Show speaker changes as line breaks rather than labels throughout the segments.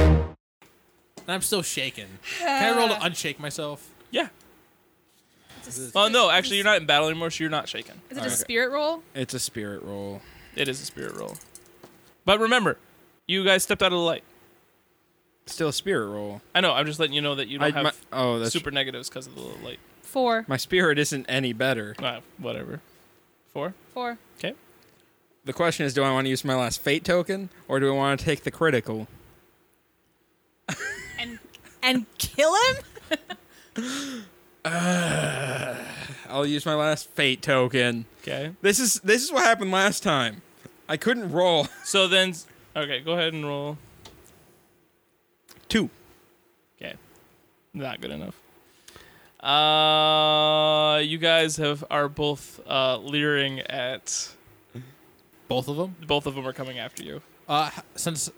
And I'm still shaken. Can I roll to unshake myself?
Yeah.
It's a
Well,
spirit-
no, actually, you're not in battle anymore, so you're not shaken.
Is it
Alright.
a spirit roll?
It's a spirit roll.
It is a spirit roll. But remember, you guys stepped out of the light.
Still a spirit roll.
I know. I'm just letting you know that you
I,
don't have
my, oh, that's
super negatives because of the light.
Four.
my spirit isn't any better.
Ah, whatever. Four.
Four.
Okay.
The question is, do I want to use my last fate token or do I want to take the critical?
And and kill him?
I'll use my last fate token.
Okay.
This is this is what happened last time. I couldn't roll
So then, okay, go ahead and roll.
two.
Okay. Not good enough. Uh, you guys have are both uh, leering at.
Both of them?
Both of them are coming after you.
Uh, h- since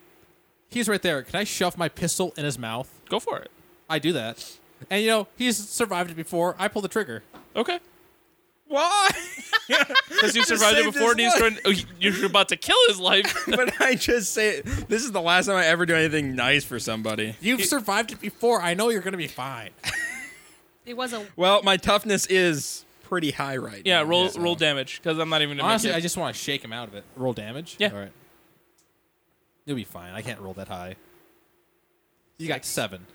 he's right there, can I shove my pistol in his mouth?
Go for it.
I do that. And you know, he's survived it before. I pull the trigger.
Okay.
Why?
Because you survived it
saved
before, and
his
he's trying. Oh, he- you're about to kill his life.
but I just say this is the last time I ever do anything nice for somebody.
You've survived it before. I know you're going to be fine.
It was a oh
Well, my toughness is pretty high right
Yeah,
now.
roll
so-
roll damage because I'm not even gonna
Honestly,
make
I
it.
just want to shake him out of it. Roll damage?
Yeah.
All right. You'll be fine. I can't roll that high. You got seven.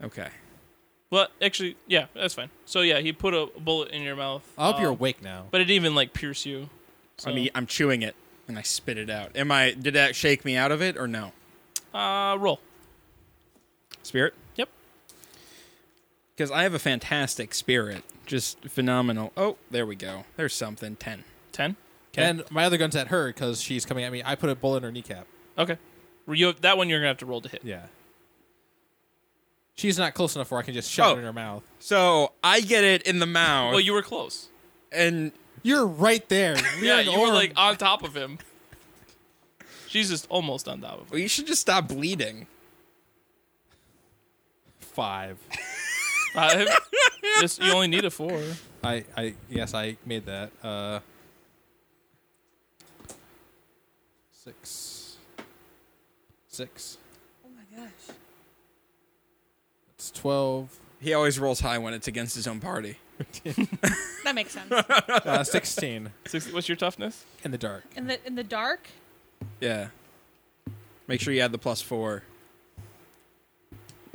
Okay.
well, actually, yeah, that's fine. So yeah, he put a bullet in your mouth.
I
Uh,
hope you're
um,
awake now.
But it didn't even like pierce you. So,
I mean, I'm chewing it and I spit it out. Am I? Did that shake me out of it or no?
uh, roll.
Spirit?
Yep.
Because I have a fantastic spirit, just phenomenal. Oh, there we go. There's something. Ten.
Ten.
And my other gun's at her because she's coming at me. I put a bullet in her kneecap.
Okay. Were You that one you're gonna have to roll to hit.
Yeah. She's not close enough where I can just shove
Oh.
it in her mouth.
So I get it in the mouth,
Well, you were close.
and
You're right there.
Yeah,
Leon
you were
Orm.
like oh. on top of him. She's just almost on top of him.
well, you should just stop bleeding.
five.
Five. Just- you only need a four.
I, I yes, I made that. Uh, six. Six.
Oh my gosh.
It's twelve.
He always rolls high when it's against his own party.
That makes sense.
Uh, Sixteen
Six, what's your toughness?
in the dark.
In the in the dark?
Yeah. Make sure you add the plus four.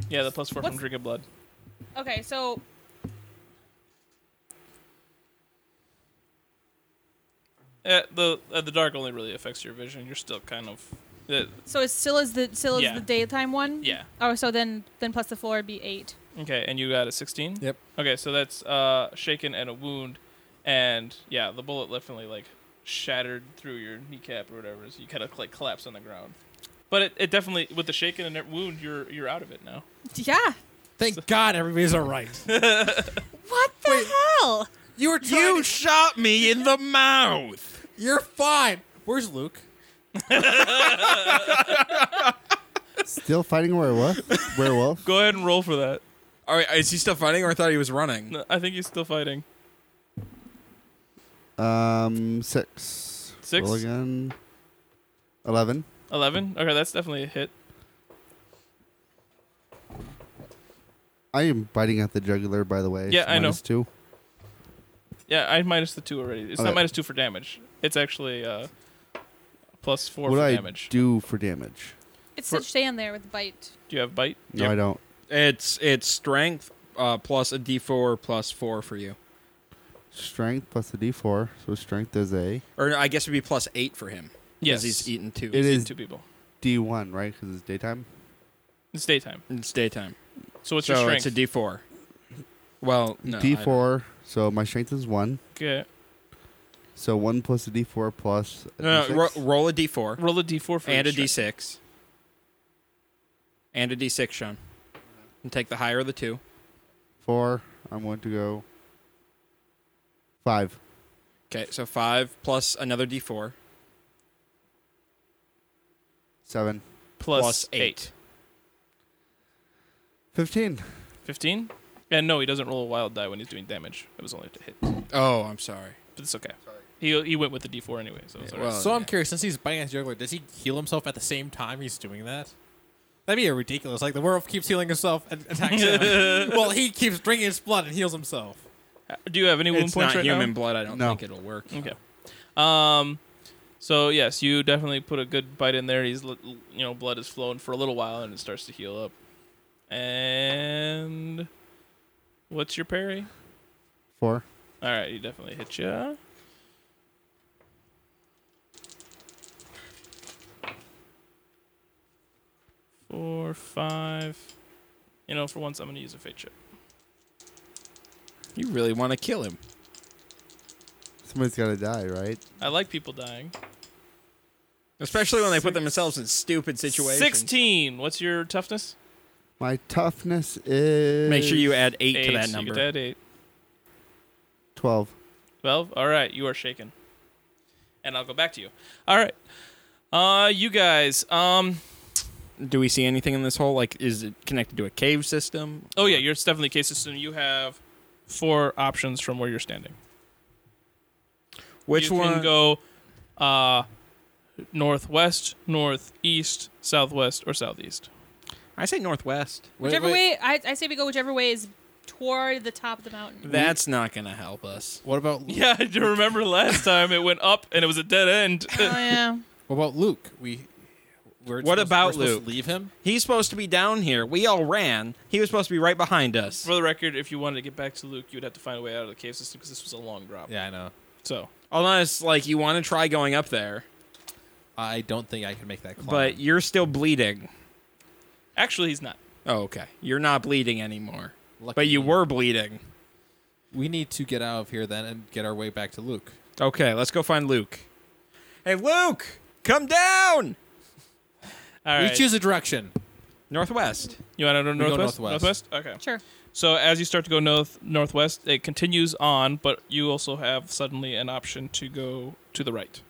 Yeah, the plus four from
What's-
drinking blood.
Okay, so
Uh, the uh, the dark only really affects your vision. You're still kind of. Uh,
so it's still is the still is
Yeah.
the daytime one?
yeah.
Oh, so then then plus the floor would be eight.
Okay, and you got a 16?
Yep.
Okay, so that's uh, shaken and a wound. And yeah, the bullet definitely like shattered through your kneecap or whatever. So you kind of like collapse on the ground. But it, it definitely, with the shaken and that wound, you're you're out of it now.
Yeah.
Thank God everybody's all right.
What the hell?
You were
You shot me in the mouth.
You're fine. Where's Luke?
Still fighting a werewolf. werewolf.
Go ahead and roll for that.
All right, is he still fighting, or I thought he was running?
No, I think he's still fighting.
Um, six.
Six?
Roll again. Eleven.
11? Okay, that's definitely a hit.
I am biting at the jugular, by the way.
Yeah, I know.
Minus Two.
Yeah, I minus the two already. It's not
Okay.
minus two for damage. It's actually uh, plus four
what
for
do I
damage. Do-,
do for damage?
It's
For-
such stand there with bite.
you have bite?
No,
Yep.
I don't.
It's it's strength uh, plus a d4 plus four for you,
Strength plus a D4. So strength is a
or no, I guess it'd be plus eight for him. 'cause
Yes.
he's eaten two.
It is-
two people.
D1, right? Because it's daytime.
It's daytime.
It's daytime.
So what's
so
your strength?
it's a d4. Well, no, I don't-
D4. So my strength is one.
okay.
So one plus a D4 plus. a
No, no, ro-
D6.
roll a d4
Roll a d4 for
and a
each strength.
d6 and a d6, Sean, and take the higher of the two.
Four. I'm going to go. Five.
Okay, so five plus another d4
Seven.
plus,
plus
eight.
Fifteen.
15? And no, he doesn't roll a wild die when he's doing damage. It was only to hit. But
Oh, I'm sorry.
it's okay. He, he went with the d4 anyway, so it's
Yeah,
alright.
well-
so I'm
yeah.
curious, since he's biting at the juggler, does he heal himself at the same time he's doing that? That'd be ridiculous. Like the werewolf keeps healing himself and attacks him. well, he keeps drinking his blood and heals himself.
Uh, Do you have any wound
it's
points
not
right
human blood. I don't
No.
think it'll work.
now? Okay. Um, so yes, you definitely put a good bite in there. He's li- you know blood is flowing for a little while and it starts to heal up. And what's your parry?
Four.
All right, you definitely hit ya. Four, five. You know, for once, I'm gonna use a fate chip.
You really want to kill him?
Somebody's gotta die, right?
I like people dying.
Especially when they put themselves in stupid situations.
Sixteen. What's your toughness?
My toughness is
Make sure you add eight,
Eight.
to that
so you
number.
get that eight.
twelve.
Twelve. All right, you are shaken. And I'll go back to you. All right. Uh, you guys. Um.
Do we see anything in this hole? Like, is it connected to a cave system?
Oh yeah, you're definitely case system. You have four options from where you're standing.
Which
you
one?
can go uh, northwest, northeast, southwest, or southeast.
I say northwest.
Wait,
whichever
wait,
way, I, I say we go whichever way is toward the top of the mountain.
That's not gonna help us.
What about
Yeah, I do remember last time it went up and it was a dead end.
oh yeah.
what about Luke? We we're
What
supposed-
about
we're supposed
Luke?
To leave him.
He's supposed to be down here. We all ran. He was supposed to be right behind us.
For the record, if you wanted to get back to Luke, you would have to find a way out of the cave system because this was a long drop.
Yeah, I know.
So
Unless, like, you want to try going up there,
I don't think I can make that climb.
but you're still bleeding.
actually, he's not.
Oh, okay. You're not bleeding anymore. But
Luckily,
you were bleeding.
We need to get out of here then and get our way back to Luke.
Okay, let's go find Luke. Hey, Luke! Come down!
All
we
right.
choose a direction.
Northwest.
you want to go
We go
northwest?
northwest.
Okay.
Sure.
So as you start to go north northwest, it continues on, but you also have suddenly an option to go to the right.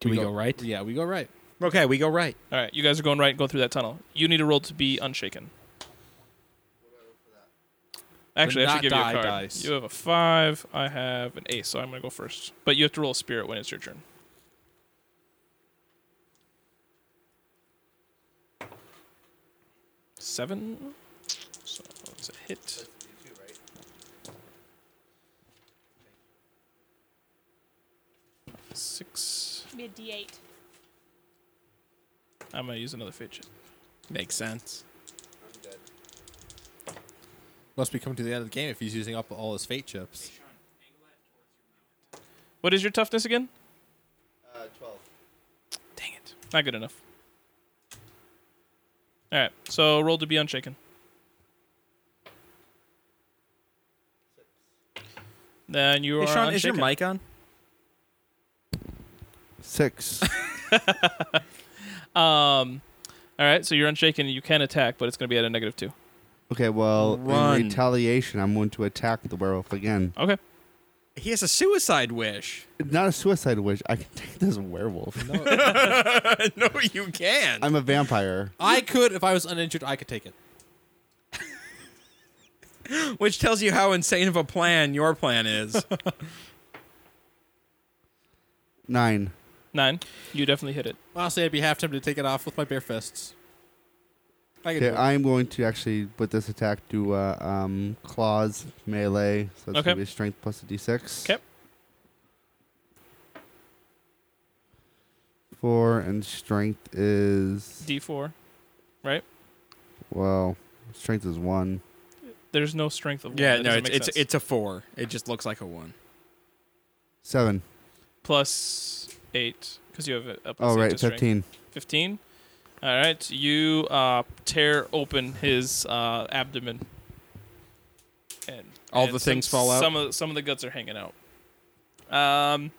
Do we go right?
Yeah, we go right.
Okay, we go right.
All right, you guys are going right and go through that tunnel. You need a roll to be unshaken. Actually, I
But
should give
not
you
die
a card.
dice.
You have a five. I have an ace, so I'm gonna go first. But you have to roll a spirit when it's your turn. Seven. So it's a hit. Six.
Should be a D8.
I'm gonna use another fidget.
Makes sense.
Must be coming to the end of the game if he's using up all his fate chips.
What is your toughness again?
Uh, twelve.
Dang it. Not good enough. All right. So roll to be unshaken. Then you
Hey,
are
Sean,
unshaken.
is your mic on?
Six.
Um. All right. So you're unshaken. and You can attack, but it's going to be at a negative two.
okay, well,
Run.
in retaliation, I'm going to attack the werewolf again.
Okay.
He has a suicide wish.
Not a suicide wish. I can take this werewolf.
No,
no, you can't.
I'm a vampire.
I could if I was uninjured. I could take it.
Which tells you how insane of a plan your plan is.
Nine.
Nine. You definitely hit it.
Honestly, I'd be half tempted to take it off with my bare fists. I could
Okay,
do it.
I'm going to actually with this attack do uh, um, claws melee. So it's
Okay.
gonna be strength plus a d6.
Okay.
Four and strength is
D four.
well, strength is one.
There's no strength of one.
yeah,
That
no,
doesn't
it's
make
it's,
sense.
it's a four. It just looks like a one.
Seven.
plus eight because you have a, a plus
Oh
eight
right,
to strength.
fifteen.
15. All right, you uh, tear open his uh, abdomen, and
All
and
the
some-
things fall out?
Some of some of the guts are hanging out. Um,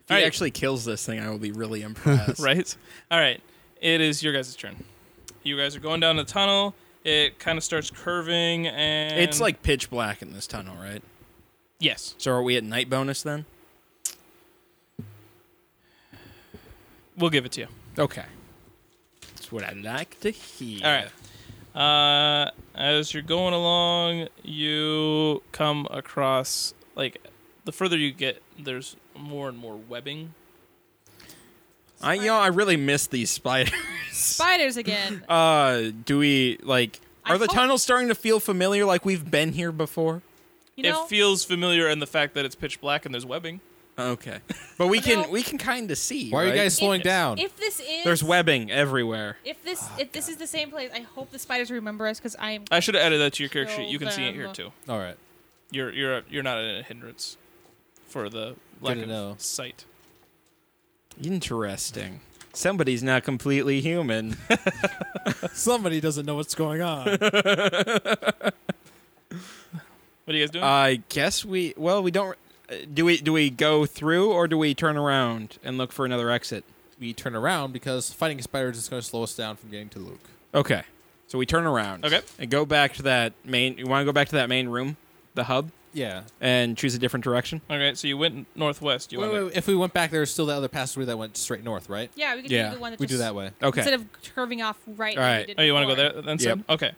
If he
Alright.
actually kills this thing, I will be really impressed.
right. All right, it is your guys' turn. You guys are going down the tunnel. It kind of starts curving, and
It's like pitch black in this tunnel, right?
yes.
So are we at night bonus then?
We'll give it to you.
Okay. That's what I like to hear.
All right. Uh, As you're going along, you come across like the further you get, there's more and more webbing.
I you know I really miss these spiders.
Spiders again.
Uh, do we like?
I
Are the
hope-
tunnels starting to feel familiar? Like we've been here before?
You know,
it feels familiar in the fact that it's pitch black and there's webbing.
Okay, but we
You
can
know-
we can kind of see.
Why are you
right?
guys slowing
if,
down?
If this is
There's webbing everywhere.
If this if this is the same place, I hope the spiders remember us because I am.
I should have added that to your character
Kill
sheet. You can see it here
them.
too.
All right.
You're you're you're not a hindrance for the lack
to
of
know.
sight.
Interesting. Somebody's not completely human.
Somebody doesn't know what's going on.
What are you guys
Uh,
doing?
I guess we. Well, we don't. uh, Do we? Do we go through or do we turn around and look for another exit?
we turn around because fighting spiders is going to slow us down from getting to Luke.
Okay. So we turn around.
Okay.
And go back to that main. You want to go back to that main room, the hub,
Yeah.
and choose a different direction.
okay, so you went northwest. You
Wait,
went
wait, wait, if we went back, there was still that other passageway that went straight north, right?
Yeah, we could
Yeah,
do the one that
We
just,
do that way.
Okay.
instead of curving off right.
All
like we
right.
did
Oh, you want to go there
before.
then? Sid?
Yep.
Okay.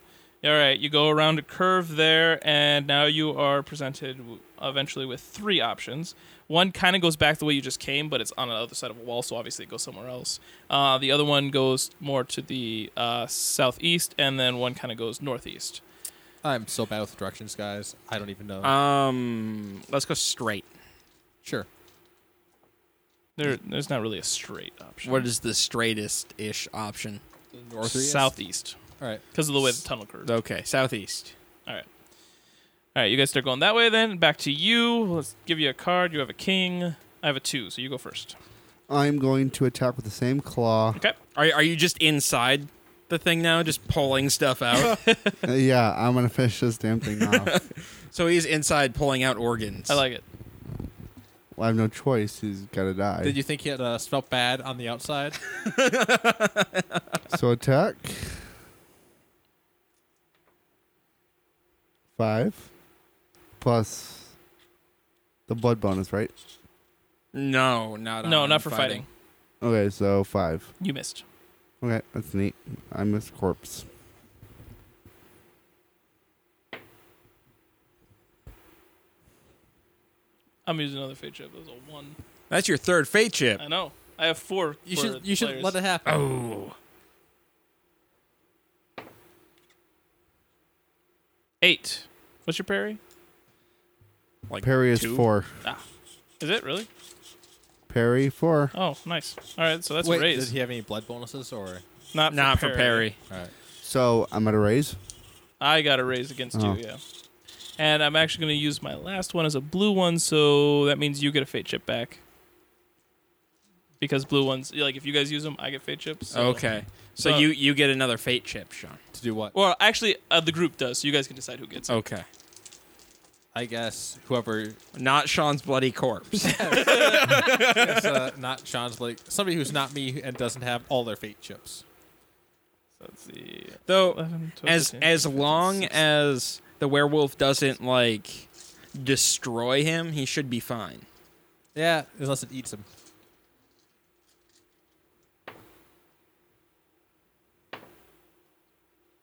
All right. You go around a curve there, and now you are presented w- eventually with three options. One kind of goes back the way you just came, but it's on the other side of a wall, so obviously it goes somewhere else. Uh, the other one goes more to the uh, southeast, and then one kind of goes northeast.
I'm so bad with directions, guys. I don't even know.
Um. Let's go straight.
sure.
There, there's not really a straight option.
What is the straightest ish option?
Northeast?
southeast?
All right.
Because of the way the tunnel curves.
Okay, southeast.
All right. All right, you guys start going that way then. Back to you. Let's give you a card. You have a king. I have a two, so you go first.
I'm going to attack with the same claw.
Okay.
Are are you just inside the thing now, just pulling stuff out?
Uh, yeah, I'm gonna finish this damn thing off.
so he's inside pulling out organs.
I like it.
Well, I have no choice. He's gotta die.
Did you think he had uh, smelled bad on the outside?
so attack. Five. Plus the blood bonus, right?
No, not
No,
on
not for fighting.
Okay, so five.
You missed.
Okay, that's neat. I miss corpse.
I'm using another fate chip. It was a one.
That's your third fate chip.
I know. I have four.
You
for
should you should
players.
let it happen.
Oh,
Eight. What's your parry?
like
Parry is
two?
four.
Is it really?
Parry four.
Oh, nice. All right, so that's
Wait,
a
did
raise.
he have any blood bonuses or?
Not for
Not for
parry.
parry.
All right.
So I'm at a raise.
I got a raise against
Oh.
you, yeah. And I'm actually going to use my last one as a blue one, so that means you get a fate chip back. Because blue ones, like if you guys use them, I get fate chips. so-
Okay, so
Uh,
you you get another fate chip, Sean.
To do what?
Well, actually, uh, the group does, so you guys can decide who gets it.
Okay,
I guess whoever
not Sean's bloody corpse.
is uh, not Sean's like somebody who's not me and doesn't have all their fate chips.
So let's see.
Though,
11, 12,
as
13.
as long as the werewolf doesn't like destroy him, he should be fine.
Yeah, unless it eats him.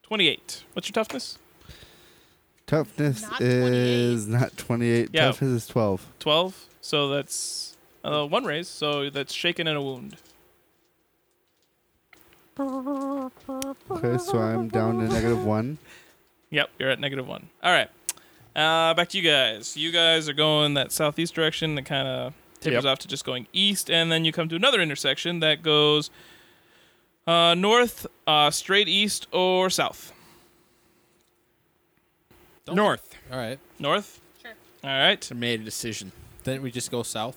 Twenty-eight. What's your toughness?
Toughness
Not
is not 28.
Yeah.
Toughness is 12.
Twelve. So that's uh, one raise. So that's shaken and a wound.
Okay, so I'm down to negative one.
Yep, you're at negative one. All right. Uh, back to you guys. You guys are going that southeast direction that kind of tapers
Yep.
off to just going east, and then you come to another intersection that goes uh, north, uh, straight east, or south.
Don't-
North.
All right.
North.
Sure.
All right.
So made a decision. Uh,
Then we just go south.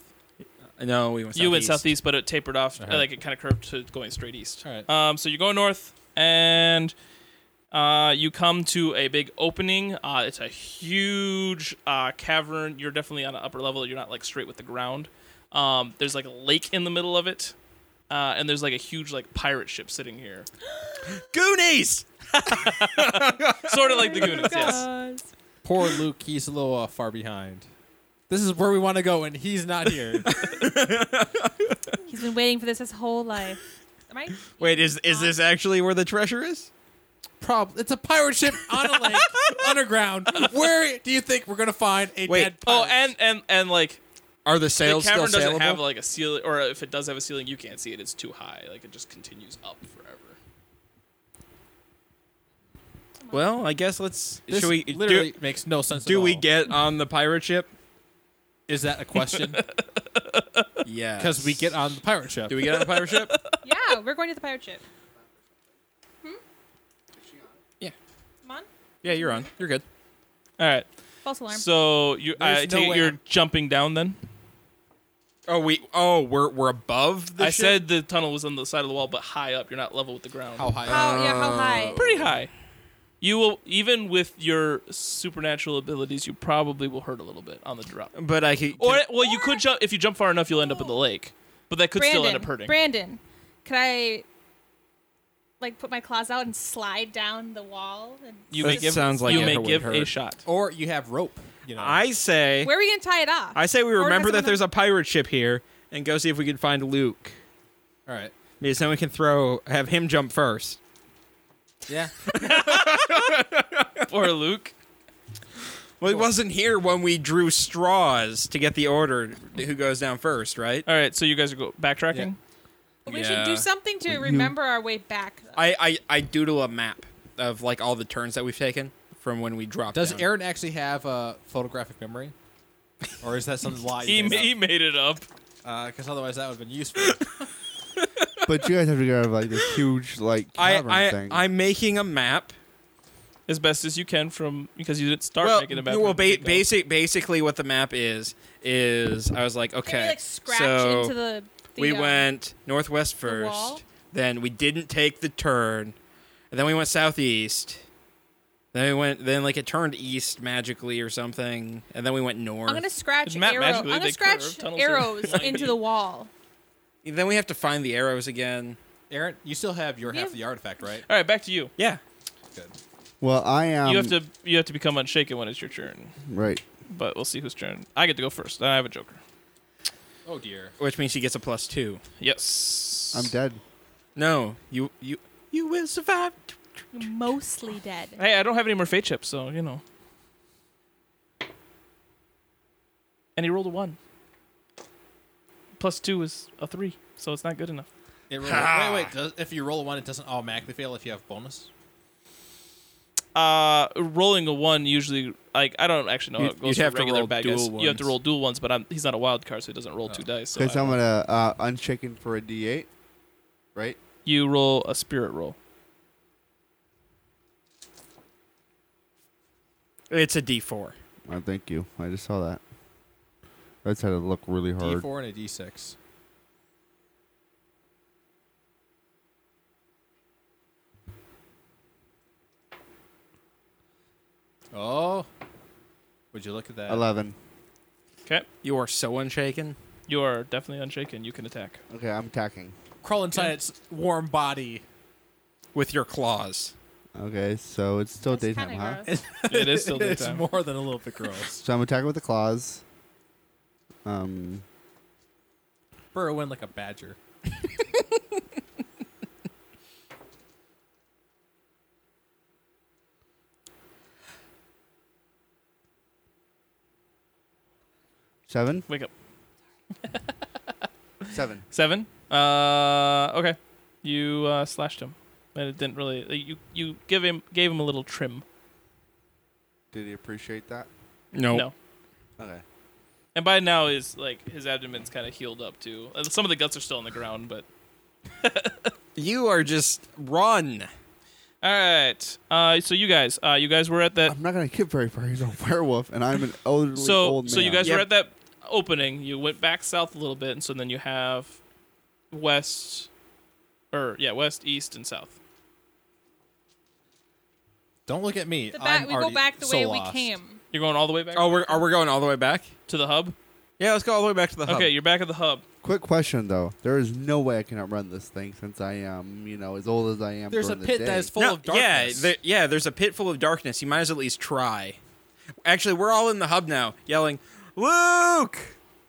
No, we went.
You went
southeast.
southeast, but it tapered off,
Uh-huh.
like it kind of curved to going straight east.
All right.
Um, so you go north, and uh, you come to a big opening. Uh, it's a huge uh, cavern. You're definitely on an upper level. You're not like straight with the ground. Um, there's like a lake in the middle of it, uh, and there's like a huge like pirate ship sitting here,
Goonies.
sort of like the Goonies.
Oh,
Yes.
Guys.
Poor Luke, he's a little uh, far behind. This is where we want to go, and he's not here.
He's been waiting for this his whole life. Am I?
Wait, is is this actually where the treasure is?
problem. It's a pirate ship on a lake, underground. Where do you think we're gonna find a
Wait.
dead?
Oh,
pirate?
and and and like
Are the
the
sails
cavern
still
doesn't
sailable?
have like a ceiling, or if it does have a ceiling, you can't see it. It's too high. Like it just continues up forever.
well, I guess let's.
this
should we
literally
do,
makes no sense. at
do we
all.
get on the pirate ship?
Is that a question?
Yeah.
Because we get on the pirate ship.
Do we get on the pirate ship?
yeah, we're going to the pirate ship. Hmm?
Yeah.
Come on.
Yeah, you're on. You're good.
All right.
False alarm.
So you,
There's
I
no
take
way
it you're
I'm-
jumping down then.
Oh, we. Oh, we're we're above. The
I
ship?
said the tunnel was on the side of the wall, but high up. You're not level with the ground.
How high?
how, yeah, how high?
Pretty high. You will even with your supernatural abilities, you probably will hurt a little bit on the drop.
But I could.
Or well, you could jump if you jump far enough, you'll end up
Oh.
in the lake. But that could
Brandon,
still end up hurting.
Brandon, could I like put my claws out and slide down the wall? And
you
That
may give
sounds like
you
it
may
would
give a
hurt.
shot.
Or you have rope. You know.
I say.
Where are we gonna tie it off?
I say we
Or
remember
has
that
someone
there's a pirate ship here and go see if we can find Luke.
All right.
Because then we can throw, have him jump first.
Yeah.
Or Luke.
Well, he wasn't here when we drew straws to get the order who goes down first, right?
All right, so you guys are go- backtracking.
Yeah.
We should do
Yeah.
something to remember our way back. though.
I, I, I doodle a map of like all the turns that we've taken from when we dropped.
Does
down.
Aaron actually have a photographic memory? Or is that some lie?
He, ma- he made it up.
Because Uh, otherwise that would have been useful.
but you guys have to get out of like this huge like
I,
cavern
I
thing.
I'm making a map.
as best as you can from because you didn't start
well,
making a map.
well,
from the
ba-
get-go.
basic basically what the map is is I was like,
Maybe,
okay,
like scratch
so
into the. the
we
uh,
went northwest
wall?
first. Then we didn't take the turn. And then we went southeast. Then we went. Then like it turned east magically or something. And then we went north.
I'm gonna scratch
Isn't that
arrow. I'm
magically
gonna
they
scratch
curve? Tunnels are
arrows
winding.
into the wall.
Then we have to find the arrows again.
Aaron, you still have your
We
half
have-
the artifact, right?
All right, back to you.
Yeah.
Good.
well, I am.
you have
Um,
to you have to become unshaken when it's your turn.
Right.
But we'll see whose turn. I get to go first. I have a joker.
Oh dear.
Which means she gets a plus two.
Yes.
I'm dead.
No, you you you will survive.
You're mostly dead.
Hey, I don't have any more fate chips, so you know. And he rolled a one. Plus two is a three, so it's not good enough.
It rolled,
Ha!
wait, wait. Does, if you roll a one, it doesn't automatically fail if you have bonus.
Uh, rolling a one usually, like I don't actually know. how
You'd-
it goes
you'd
for
have to
regular
roll
bad guys.
dual
You have to
ones. Oh.
roll dual ones, but I'm, he's not a wild card, so he doesn't roll two dice. So
Because
I-
I'm gonna uh, unshaken for a D8, right?
you roll a spirit roll.
It's a D four.
Oh, thank you. I just saw that. I just had to look really hard.
D4 and a D6. Oh. Would you look at that?
Eleven.
Okay.
You are so unshaken.
You are definitely unshaken. You can attack.
Okay, I'm attacking.
Crawl inside its warm body.
With your claws.
Okay, so it's still
That's
daytime,
kinda
huh?
gross.
It is still
it's
daytime.
more than a little bit gross.
So I'm attacking with the claws. Um,
Burrow in like a badger.
seven.
Wake up.
Seven.
Seven. Uh, okay. You uh, slashed him, and it didn't really. like, You you give him gave him a little trim.
Did he appreciate that?
No.
Okay.
And by now his like his abdomen's kind of healed up too. Uh, Some of the guts are still on the ground, but
You are just run.
all right. Uh, so you guys, uh, you guys were at that.
I'm not gonna get very far. He's a werewolf, and I'm an elderly
So
old man.
so you guys
Yep.
were at that opening. You went back south a little bit, and so then you have west, or yeah, west, east, and south.
Don't look at me.
The
I'm
back, we go
already
back the
so
way
lost.
we came.
You're going all the way back
Oh, we're are we going all the way back?
to the hub.
Yeah, let's go all the way back to the hub.
Okay, you're back at the hub.
Quick question though. There is no way I can outrun this thing since I am, you know, as old as I am.
There's a
during the
pit
day.
that is full
No,
of darkness.
Yeah, there, yeah. There's a pit full of darkness. You might as well at least try. Actually, we're all in the hub now, yelling, "Luke,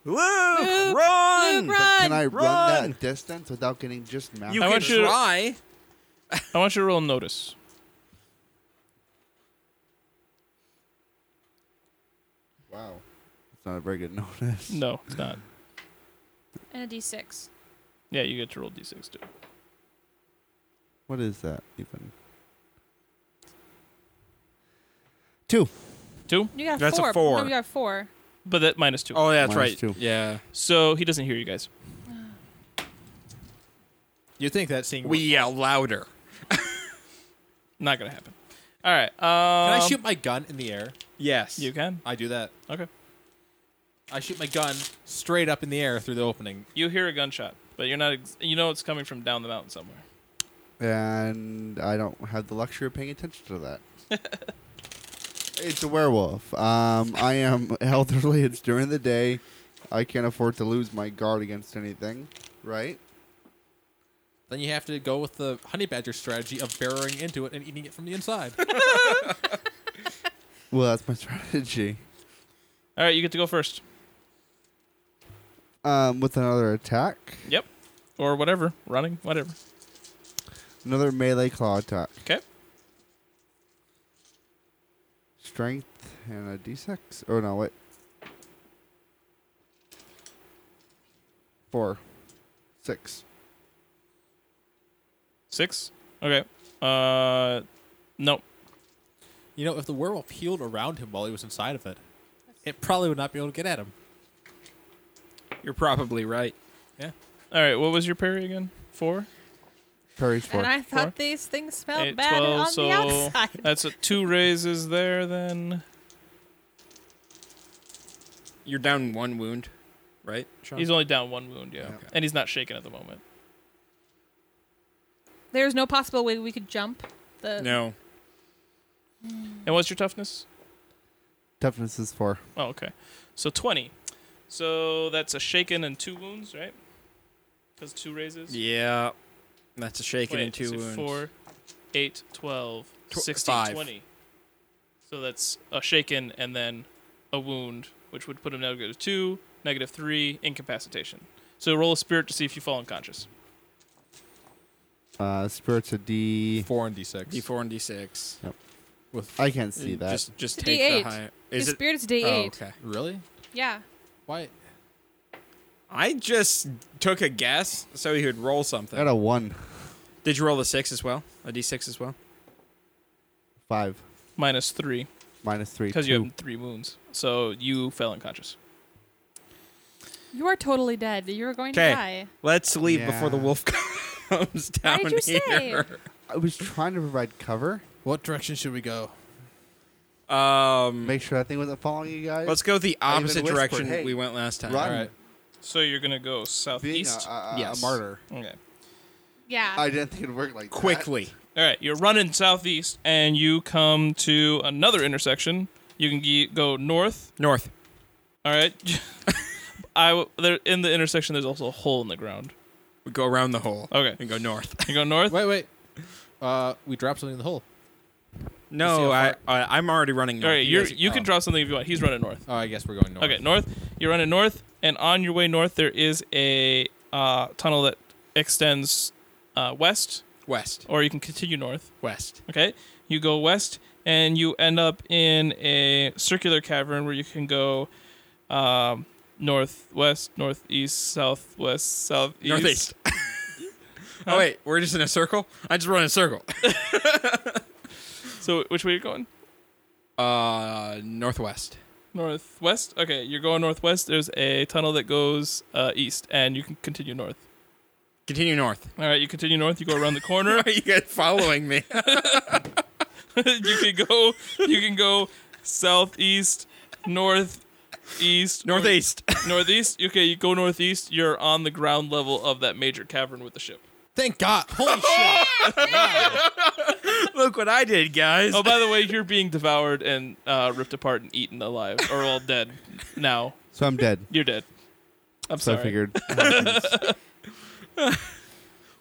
Luke,
Luke,
run!"
Luke, run!
Can I run,
Run!
that distance without getting just mapped?
You
I
can
want you to-
try.
I want you to roll notice.
Wow. It's not a very good notice.
No, it's not.
And a d6.
Yeah, you get to roll d6 too.
What is that even? Two.
Two,
You got
That's a
four.
four.
No, you got four.
but that minus two.
Oh, that's
Minus
right.
two.
Yeah.
So he doesn't hear you guys.
You think that seeing
We yell louder.
Not gonna happen. All right. Um,
Can I shoot my gun in the air?
Yes.
You can.
I do that.
Okay.
I shoot my gun straight up in the air through the opening.
You hear a gunshot, but you're not. Ex- you know it's coming from down the mountain somewhere.
And I don't have the luxury of paying attention to that. it's a werewolf. Um, I am elderly. It's during the day. I can't afford to lose my guard against anything, right?
Then you have to go with the honey badger strategy of burrowing into it and eating it from the inside.
Well, that's my strategy.
All right, you get to go first.
Um, with another attack,
Yep. Or whatever. Running. Whatever.
another melee claw attack,
Okay.
strength, and a d6. Oh no, wait. Four, six.
Six. Okay. Uh, no.
you know, if the werewolf healed around him while he was inside of it, it probably would not be able to get at him.
You're probably right.
All right. What was your parry again? Four.
Parry's four.
And I thought
Four.
these things smelled
Eight,
bad
twelve,
on
so
the outside.
That's a two raises there. Then
You're down one wound, right? Sean?
he's only down one wound. Yeah.
Okay.
And he's not shaken at the moment.
There's no possible way we could jump. The
no.
And what's your toughness?
Toughness is four.
Oh, okay. So twenty. So that's a shaken and two wounds, right? Because two raises.
Yeah. That's a shaking
Wait,
and two
so
wounds.
Four, eight, 12,
Tw-
16,
five.
20. So that's a shaken and then a wound, which would put him negative two, negative three, incapacitation. So roll a spirit to see if you fall unconscious.
Uh, spirits a D.
Four and d6.
D4 and D6.
With
I can't see
You
that.
Mm, Just, just
It's
take
D8.
the higher.
His
Is it?
spirit is day
Oh,
eight.
okay.
really?
Yeah.
Why?
I just took a guess so he would roll
I
something.
got a one,
Did you roll a six as well? A D6 as well?
five,
Minus three,
minus three.
because you
two.
have three wounds. So you fell unconscious.
You are totally dead. You're going to
'Kay.
die.
Let's leave before the
Yeah.
wolf comes down
did you say?
here.
I was trying to provide cover.
What direction should we go?
Um,
Make sure that thing wasn't following you guys.
let's go the
I even
opposite
whispered,
direction
"Hey,
we went last time.
run."
All right.
So you're gonna go
Being
southeast.
a, uh, a, a
Yes.
martyr.
okay.
Yeah.
I didn't think it'd work like that.
Quickly.
All right, you're running southeast, and you come to another intersection. You can ge- go north.
North.
All right. I w- there in the intersection. There's also a hole in the ground.
We go around the hole
Oh.
Okay.
and go north.
You go north.
Wait, wait. Uh, we dropped something in the hole.
No, I, I I'm already running.
All
North.
right,
You
you're,
guys- uh,
you can
oh.
drop something if you want. He's running north.
Oh, I guess we're going north.
Okay, north. You're running north, and on your way north, there is a uh, tunnel that extends uh, west,
west,
or you can continue north.
west.
Okay, you go west, and you end up in a circular cavern where you can go um, northwest, northeast, southwest, southeast.
Northeast. oh wait, we're just in a circle. I just run in a circle.
So which way you're going?
Uh, northwest.
Northwest. Okay, you're going northwest. There's a tunnel that goes uh, east, and you can continue north.
Continue north.
All right, you continue north. You go around the corner.
Are you guys following me?
you can go. You can go southeast, north, east, or-
Northeast.
northeast. Okay, you go northeast. You're on the ground level of that major cavern with the ship.
Thank God. Holy shit.
Look what I did, guys.
Oh, by the way, you're being devoured and uh, ripped apart and eaten alive, or all dead. Now
So I'm dead.
you're dead. I'm
So
sorry.
I figured.
We'll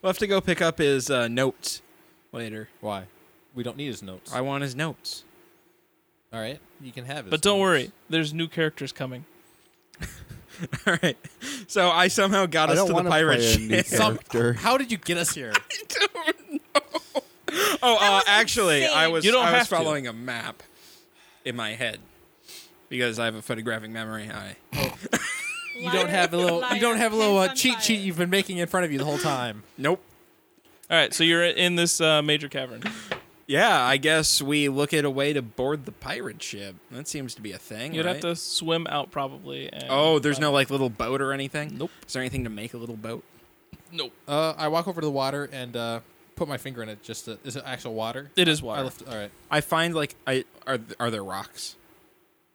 have to go pick up his uh, notes later.
Why? We don't need his notes.
I want his notes.
All right. You can have it.
But don't worry, there's new characters coming.
All right. So I somehow got
I
us
don't
to the
want to
pirate
play a new
ship.
Some,
character.
how did you get us here?
Oh, uh,
was
actually, I
insane.
was
You don't
Oh, uh, I was
have to.
following a map in my head. because I have a photographic memory. I
You don't have a little. You don't have a little uh, cheat sheet you've been making in front of you the whole time.
nope.
All right, so you're in this uh, major cavern.
Yeah, I guess we look at a way to board the pirate ship. That seems to be a thing.
You'd have
right?
to swim out probably. And
Oh, there's no like little boat or anything.
Nope.
Is there anything to make a little boat?
Nope.
Uh, I walk over to the water and uh, put my finger in it. Just to, is it actual water?
It is
I
water.
left. All right.
I find like I are are there rocks,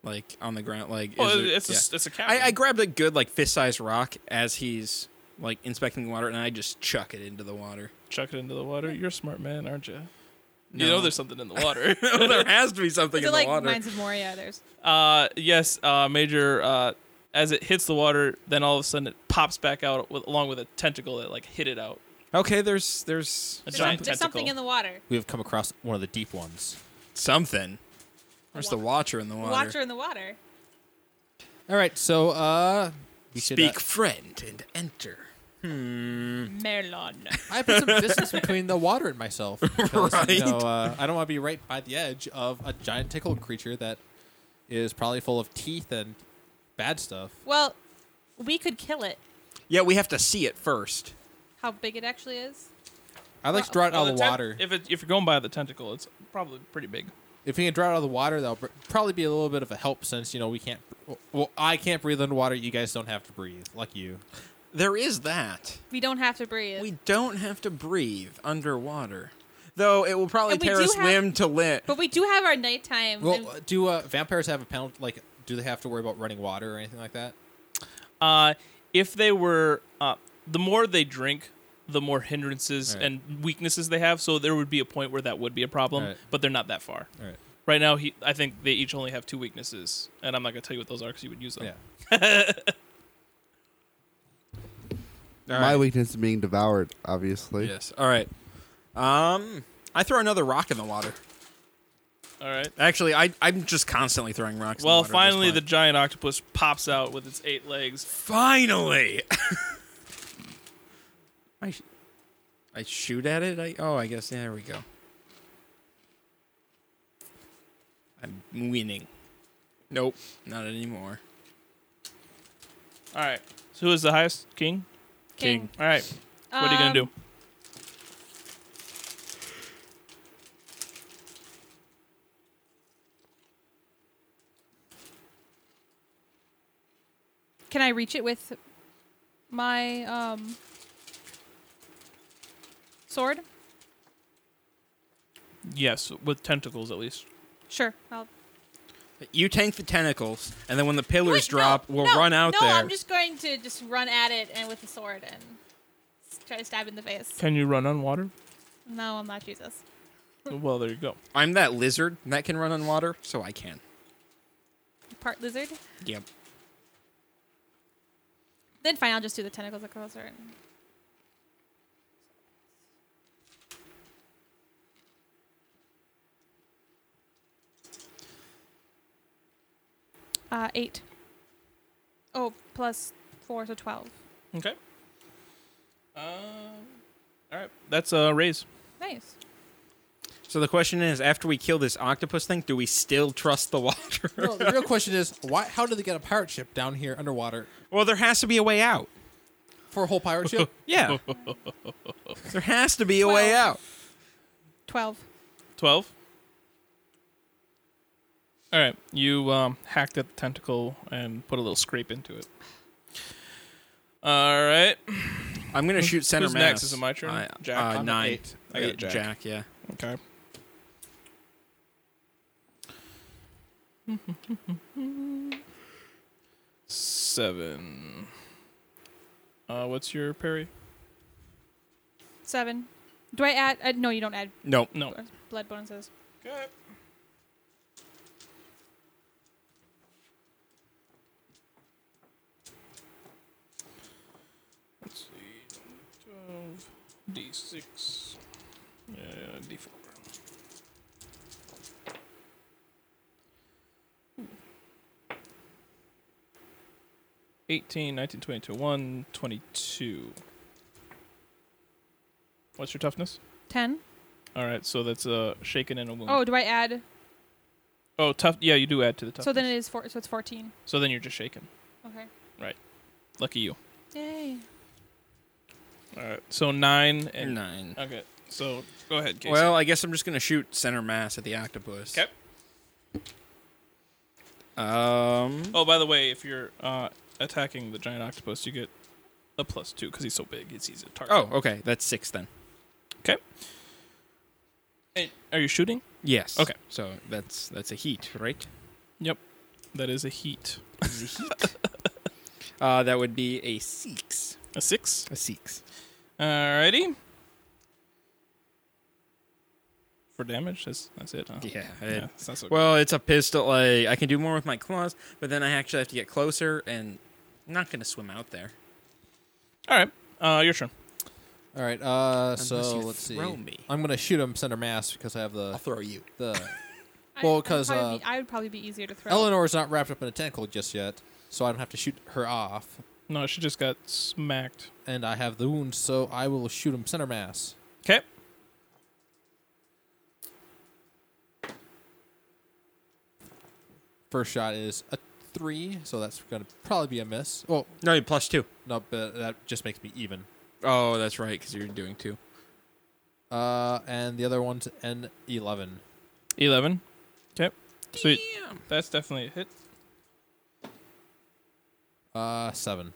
like on the ground. Like
Well,
is there-
it's a,
yeah.
it's a
I,
cavern.
I grabbed a good like fist sized rock as he's like inspecting the water, and I just chuck it into the water.
chuck it into the water. You're a smart man, aren't you?
No.
You know there's something in the water.
Oh, there has to be something
Is
in
it
the
like
water.
Mines of Moria? There's
uh, yes, uh, Major. Uh, as it hits the water, then all of a sudden it pops back out with, along with a tentacle that like hit it out.
Okay, there's there's
A giant
there's, some- there's
tentacle.
something in the water.
We have come across one of the deep ones.
something. There's the watcher in the water.
Watcher in the water.
All right. So uh, we should, uh,
Speak friend and enter. Mm.
Merlon.
I put some distance between the water and myself. Because,
Right.
You know, uh, I don't want to be right by the edge of a giant tickle creature that is probably full of teeth and bad stuff.
well, we could kill it.
Yeah, we have to see it first.
How big it actually is?
I like to draw it out
Well,
of the
tent-
water. If,
If it, if you're going by the tentacle, it's probably pretty big.
we can draw it out of the water, that'll pr- probably be a little bit of a help since you know we can't. Well, I can't breathe underwater. You guys don't have to breathe. Lucky you.
There is that.
We don't have to breathe.
We don't have to breathe underwater, though it will probably
And we
tear
do
us
have-
limb to limb.
but we do have our nighttime. and-
Well, uh, do uh, vampires have a penalty? Like, do they have to worry about running water or anything like that?
Uh, if they were, uh, the more they drink, the more hindrances
Right.
and weaknesses they have. So there would be a point where that would be a problem,
Right.
but they're not that far.
All right.
Right now, he, I think they each only have two weaknesses, and I'm not gonna tell you what those are because you would use them.
Yeah.
All
My
right.
weakness is being devoured, obviously.
Yes. All right. Um, I throw another rock in the water.
All right.
Actually, I I'm just constantly throwing rocks.
Well,
in the water at this
finally, the
point.
giant octopus pops out with its eight legs.
finally. I sh- I shoot at it. I oh, I guess yeah, there we go. I'm winning. Nope, not anymore.
All right. So who is the highest king?
King.
All right. What are you gonna
Um,
do?
Can I reach it with my um sword?
Yes, with tentacles at least.
Sure. I'll
You tank the tentacles, and then when the pillars
Wait, no,
drop, we'll
no,
run out
no,
there.
I'm just going to just run at it and with the sword and s- try to stab it in the face.
Can you run on water?
No, I'm not Jesus.
Well, there you go.
I'm that lizard that can run on water, so I can.
Part lizard.
Yep.
Then fine, I'll just do the tentacles across her. And... Uh, eight. Oh, plus four, so twelve.
Okay. Um. All right. That's uh raise.
Nice.
So the question is, after we kill this octopus thing, do we still trust the water?
Well, the real question is, why? How did they get a pirate ship down here underwater
well, there has to be a way out.
for a whole pirate ship?
Yeah. there has to be a way
Well-
out.
Twelve.
Twelve. All right. You um, hacked at the tentacle and put a little scrape into it. All right.
I'm gonna shoot center
who's
mass.
next? Is it my turn?
I-
Jack?
uh,
I'm at
nine.
eight. I got
Uh,
Jack.
Yeah.
Okay. Seven. Uh, what's your parry?
Seven. Do I add? Uh, no, you don't add
Nope.
No.
blood bonuses.
Okay. Let's see. 12, D6, yeah, D4. Ooh. 18, 19, 22, 1, 22. What's your toughness?
Ten.
uh, All right, so that's a shaken and a wound.
Oh, do I add?
Oh, tough. Yeah, you do add to the tough.
So then it is four. So it's fourteen.
so then you're just shaken.
Okay.
Lucky you.
Yay.
All right. So nine and
Nine.
Okay. So go ahead, Casey.
Well, I guess I'm just gonna shoot center mass at the octopus.
'Kay.
Um.
oh, by the way, if you're uh, attacking the giant octopus, you get a plus two because he's so big. It's easy to target.
Oh, okay. That's six then.
And are you shooting?
Yes.
Okay.
So that's that's a heat, right?
That is a heat.
Uh, that would be a six.
A six.
A six.
Alrighty. For damage, that's that's it. Huh?
Yeah.
Oh, Yeah, it's not so good.
Well, it's a pistol. Like I can do more with my claws, but then I actually have to get closer, and I'm not gonna swim out there.
All right. Uh, your turn.
All right. Uh, so
Unless you
let's see.
throw me.
I'm gonna shoot him center mass because I have the
throw you.
the.
I-
Well,
I'd
'cause,
probably
uh,
be- I would probably be easier to throw.
Eleanor's not wrapped up in a tentacle just yet, so I don't have to shoot her off.
No, she just got smacked.
And I have the wound, so I will shoot him center mass.
Okay.
First shot is a three, so that's gonna probably be a miss. Well,
No, you plus two.
no, but that just makes me even.
Oh, that's right, because you're doing two.
Uh, and the other one's an eleven.
Eleven. Okay. Sweet. That's definitely a hit.
Uh, seven.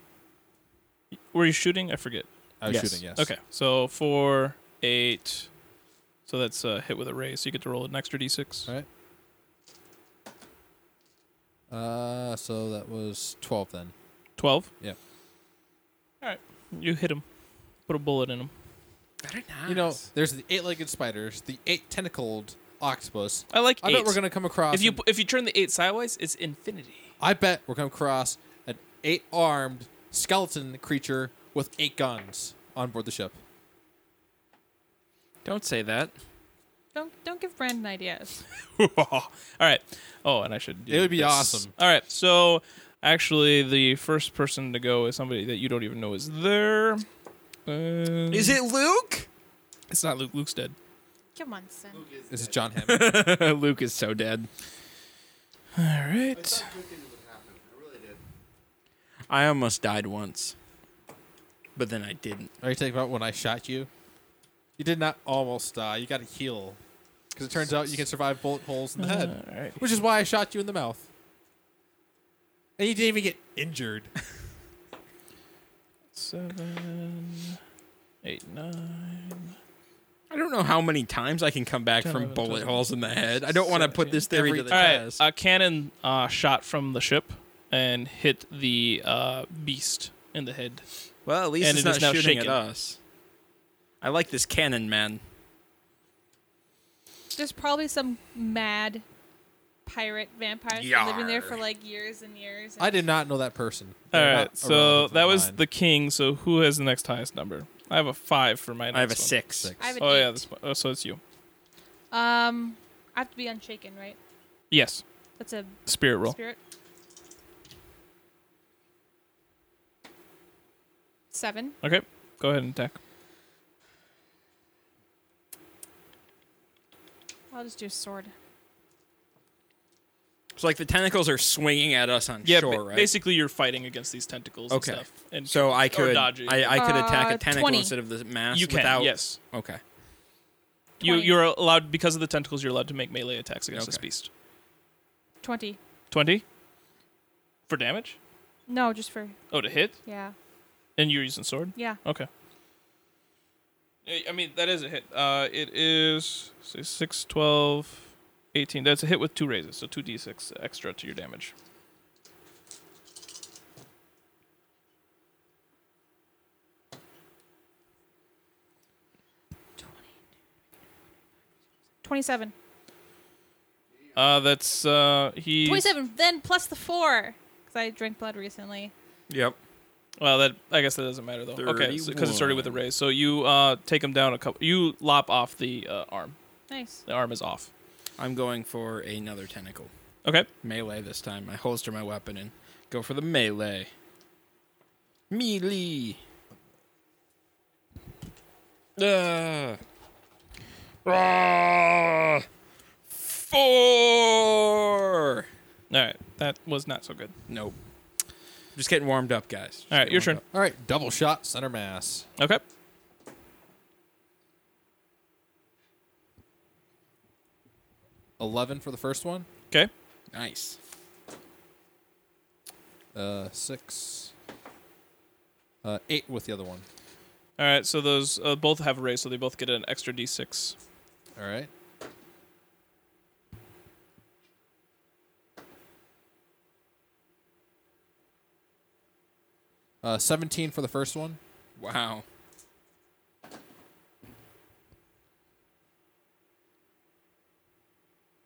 Were you shooting? I forget.
I was
Yes.
shooting. Yes.
Okay. So four, eight. So that's a hit with a ray. So you get to roll an extra d6.
All right. Uh, so that was twelve then.
Twelve.
Yep.
All right. You hit him. Put a bullet in him.
Very nice.
You know, there's the eight-legged spiders, the eight-tentacled octopus.
I like
I
eight.
bet we're gonna come across.
if you
an-
pu- if you turn the eight sideways, it's infinity.
I bet we're gonna come across an eight-armed skeleton creature with eight guns on board the ship.
don't say that.
Don't don't give Brandon ideas.
All right. Oh, and I should. do
It would be
this.
awesome.
All right. So actually, the first person to go is somebody that you don't even know is there. Um,
Is it Luke?
It's not Luke. Luke's dead.
Come on, son.
This is John Hammond.
Luke is so dead.
All right.
I almost died once, but then I didn't.
Are you talking about when I shot you? You did not almost die. You got to heal, because it turns out you can survive bullet holes in the head,
All right.
which is why I shot you in the mouth. And you didn't even get injured.
Seven, eight, nine.
I don't know how many times I can come back
Ten,
from
eleven,
bullet
twelve,
holes in the head. I don't want to put this theory
Every-
to the
All right.
test.
A cannon uh, shot from the ship and hit the uh, beast in the head.
well, at least
uh, and
it's
it is
not
now
shooting at
shaken.
us. I like this cannon, man.
There's probably some mad pirate vampire that's been living there for like years and years. and-
I did not know that person.
All
They're
right.
not
So
irrelevant to
that was
mine.
the king. So who has the next highest number? I have a five for my. Next
I have a
one.
six.
Six.
I have an
Oh yeah.
eight.
This, oh, so it's you.
Um, I have to be unshaken, right?
Yes.
That's a
Spirit roll.
spirit. Seven.
Okay, go ahead and attack.
I'll just do sword.
So like the tentacles are swinging at us on
Yeah,
shore,
ba-
right?
basically you're fighting against these tentacles
Okay.
and stuff. And
So I could
dodge it.
I, I could attack
Uh,
a tentacle
20.
instead of the mass.
Oh, you can,
without,
yes.
Okay.
You
20.
you're allowed because of the tentacles. You're allowed to make melee attacks against this
Okay.
beast.
Twenty.
Twenty for damage.
No, just for
Oh, to hit,
yeah,
and you're using sword.
yeah.
Okay. I- I mean that is a hit. Uh, it is say 6, 12, 18. That's a hit with two raises, so two d6 extra to your damage.
Twenty-seven.
Uh, that's uh he.
Twenty-seven. Then plus the four, because I drank blood recently.
Yep.
Well, that I guess that doesn't matter though. Okay, because it's already with a
31.
raise. So you uh, take him down a couple. You lop off the uh, arm.
Nice.
The arm is off.
I'm going for another tentacle.
Okay.
Melee this time. I holster my weapon and go for the melee. Melee. Ah. Ah. Four.
All right, that was not so good.
Nope. Just getting warmed up, guys. Just
All right,
getting
your
warmed
turn.
All right, double shot center mass.
Okay.
Eleven for the first one.
Okay.
up. Nice.
Uh, six. Uh, eight with the other one.
All right, so those uh, both have raised, so they both get an extra d6.
All right. Uh, 17 for the first one.
Wow.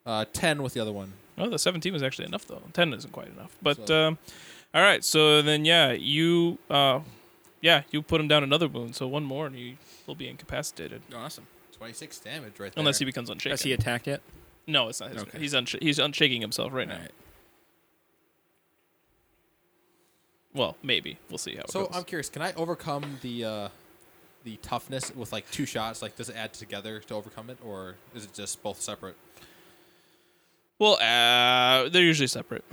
Uh, 10 with the other one.
Oh, the 17 was actually enough, though. 10 isn't quite enough. But,
So-
um, all right, so then, yeah, you, uh, yeah, you put him down another wound, so one more and he will be incapacitated.
Awesome.
26 damage right there.
Unless he becomes unshaken.
Has he attacked yet?
no, it's not his.
Okay.
He's, unsha- he's unshaking himself right now.
All right.
Well, maybe. We'll see how it
So
goes.
I'm curious, can I overcome the uh, the toughness with like two shots? Like, does it add together to overcome it, or is it just both separate?
Well, uh, they're usually separate.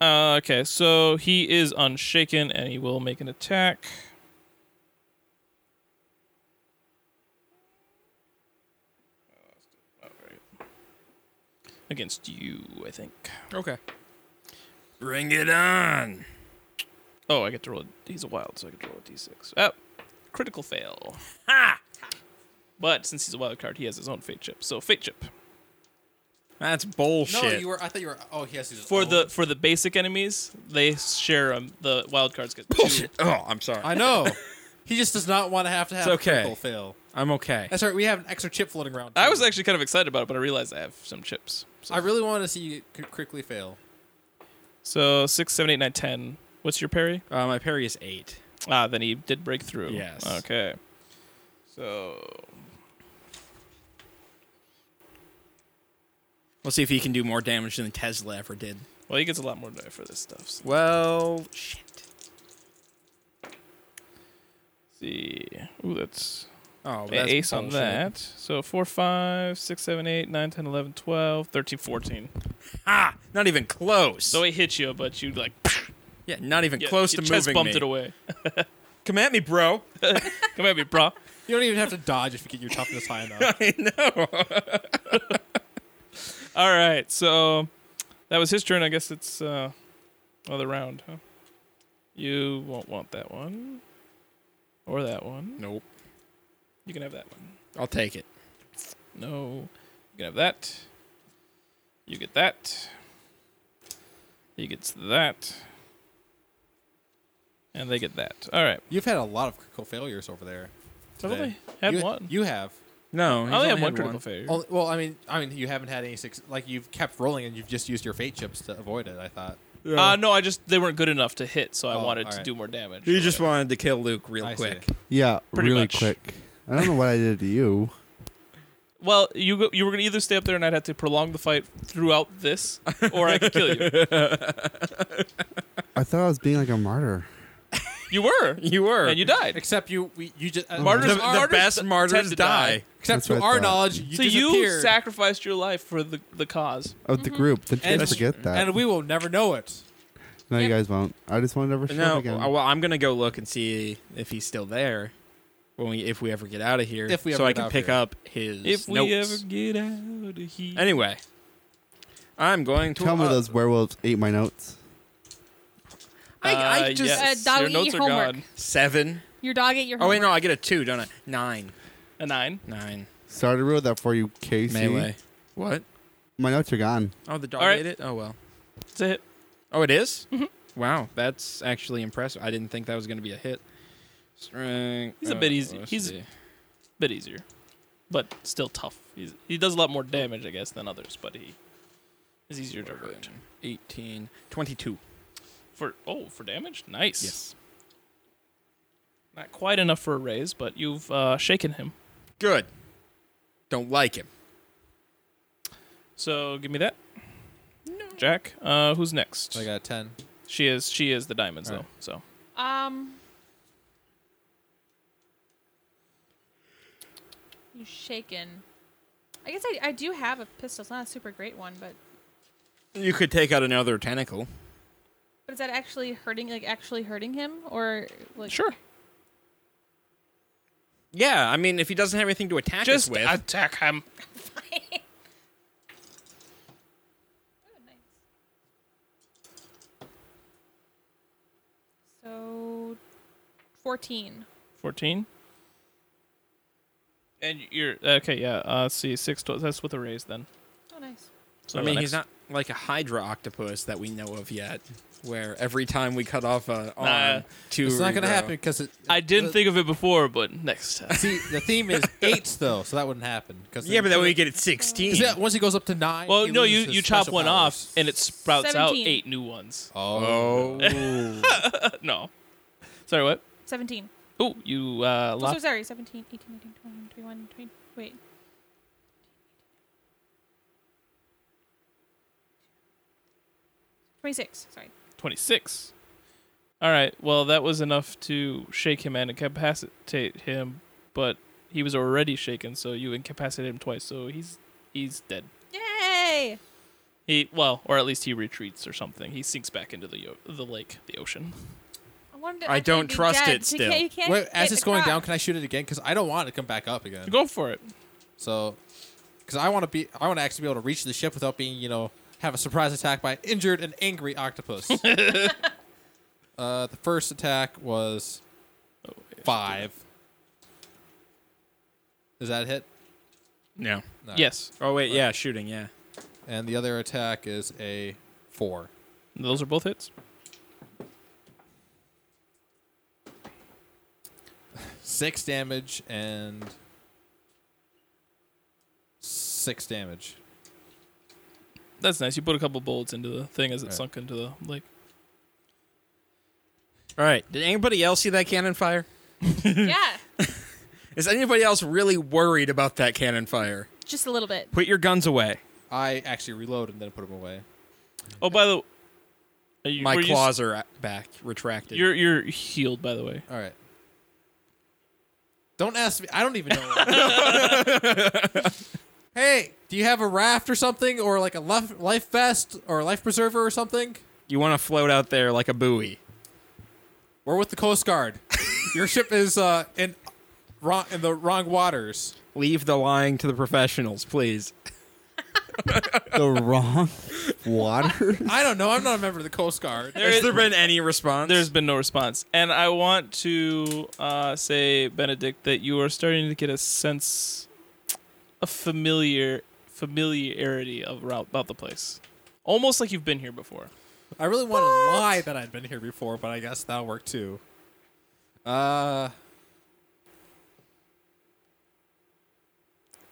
Uh, okay, so he is unshaken and he will make an attack. Alright. Against you, I think.
Okay. Bring it on.
Oh, I get to roll. a- He's a wild, so I get to roll a d6. Oh, critical fail.
Ha!
But since he's a wild card, he has his own fate chip. So fate chip
That's bullshit.
No, you were. I thought you were. Oh, he has his
for
own.
the for the basic enemies, they share 'em. The wild cards get two.
bullshit. Oh, I'm sorry.
I know. he just does not want to have to have
It's okay.
a critical fail.
I'm okay.
That's right. We have an extra chip floating around.
I
too.
was actually kind of excited about it, but I realized I have some chips.
I really want to see you c- quickly fail.
So six, seven, eight, nine, ten. What's your parry?
Uh, my parry is eight.
Ah, then he did break through.
Yes.
Okay. So
We'll see if he can do more damage than Tesla ever did.
well, he gets a lot more die for this stuff. So
Well, shit.
let's see. Ooh, that's
Oh,
an ace on that. So four, five, six, seven, eight, nine, ten, eleven, twelve, thirteen, fourteen.
Ah, not even close.
So he hit you, but you like
yeah, not even
yeah,
close
your
to
chest
moving
bumped
me.
it away.
Come at me, bro.
Come at me, bro.
You don't even have to dodge if you get your toughness high enough.
All right. So that was his turn. I guess it's uh, another round, huh? You won't want that one or that one.
Nope.
You can have that one.
I'll take it.
No. You can have that. You get that. He gets that. And they get that. All right.
You've had a lot of critical failures over there.
So
today.
they had
you,
one.
You have.
No,
I only have Oh, one critical failure.
Only, well, I mean, I mean, you haven't had any six. Like you've kept rolling, and you've just used your fate chips to avoid it. I thought.
Uh, no, I just they weren't good enough to hit, so I
Oh,
wanted to
alright.
do more damage.
He just wanted to kill Luke real
I see.
quick.
Yeah,
Pretty
really
much.
quick. I don't know what I did to you.
Well, you go, you were gonna either stay up there and I'd have to prolong the fight throughout this, or I could kill you.
I thought I was being like a martyr.
You were,
You were.
and you died.
Except you, we, you just uh,
Martyrs-
the, the
martyrs
best
tend
martyrs
to
die.
die.
Except
That's
to
what I
our
thought.
knowledge, you
so you
disappeared,
sacrificed your life for the the cause.
Of
Mm-hmm.
the group, the
And-
chance to get that.
and we will never know it.
no, you
Yeah.
guys won't. I just want to never show up
No,
again.
well, I'm gonna go look and see if he's still there when we if we ever get out of here.
If we
so
ever
I
get
can
out
pick
here.
up his
If we
notes.
ever get out of here,
Anyway, I'm going to
Tell me
uh,
those werewolves ate my notes.
I, I
Uh,
just
yes.
Uh, dog
your
eat
notes are
homework.
gone.
seven.
Your dog ate your.
Oh wait, no,
homework.
I get a two, don't I? Nine,
A nine.
nine.
Sorry to ruin that for you, Casey.
Melee. What?
My notes are gone.
Oh, the dog
All right. Mm-hmm.
ate it. Oh well.
It's a hit.
Oh, it is? Wow, that's actually impressive. I didn't think that was going to be a hit. Strength.
He's a
uh,
bit easy-
let's
he's-
see.
Bit easier, but still tough. He's, he does a lot more damage, I guess, than others, but he is easier to hurt.
18, 22.
For oh, for damage, nice.
Yes.
Not quite enough for a raise, but you've uh, shaken him.
Good. Don't like him.
So give me that. Jack, uh, who's next?
So I got a ten.
She is. She is the diamonds
All
though.
right.
So
Um. You shaken. I guess I, I do have a pistol. It's not a super great one, but
You could take out another tentacle.
But is that actually hurting? Like actually hurting him, or like?
Yeah, I mean, if he doesn't have anything to attack
Just
us with,
attack him.
Oh, nice. So, fourteen.
14. And you're okay, yeah. Uh, let's see, six. tw- that's with a raise then.
Oh, nice.
So
I mean,
the
he's
next-
not like a hydra octopus that we know of yet, where every time we cut off a arm,
Nah.
two
It's not
regrow.
gonna happen because it.
I didn't
the-
think of it before, but next time.
See, the theme is eights though, so that wouldn't happen. Cause
Yeah, but then we get at sixteen.
Is that- once he goes up to nine.
Well,
he
no, you
loses his
you chop
special
one
powers.
off and it sprouts out
17.
eight new ones.
Oh.
no. Sorry, what?
Seventeen.
Oh, you uh,
Oh, so
lost.
sorry. 17, 18, 19, 20, 21, 20. Wait. Twenty-six. Sorry.
26. All right. Well, that was enough to shake him and incapacitate him, but he was already shaken, so you incapacitated him twice, so he's he's dead.
Yay!
He well, or at least he retreats or something. He sinks back into the yo- the lake, the ocean.
I wanted to
I
actually
don't
be
trust
dead.
it
You can't-
still.
you can't
Wait, as
hit
it's
the
going
crop.
down, can I shoot it again? Because I don't want it to come back up again.
Go for it.
So, because I want to be, I want to actually be able to reach the ship without being, you know, have a surprise attack by injured and angry octopus. uh, the first attack was
Oh,
five. Is that a hit?
No.
No.
Yes,
Oh wait, yeah, shooting, yeah.
And the other attack is a four.
those are both hits.
Six damage and six damage.
That's nice. You put a couple bullets into the thing as it
Right.
sunk into the lake.
All right. Did anybody else see that cannon fire?
Yeah,
Is anybody else really worried about that cannon fire?
just a little bit.
Put your guns away.
I actually reload and then put them away.
Oh, by the are you,
My
were you s-
claws are back, retracted.
You're you're healed, by the way.
All right. Don't ask me. I don't even know. hey, do you have a raft or something, or like a life, life vest or a life preserver or something?
you want to float out there like a buoy.
We're with the Coast Guard. Your ship is uh, in wrong in the wrong waters.
Leave the lying to the professionals, please.
the wrong water.
I don't know. I'm not a member of the Coast Guard.
There
Has
is-
there been any response?
There's been no response. And I want to uh, say, Benedict, that you are starting to get a sense of familiar familiarity of, rou- about the place. Almost like you've been here before.
I really want to lie that I'd been here before, but I guess that'll work too. Uh,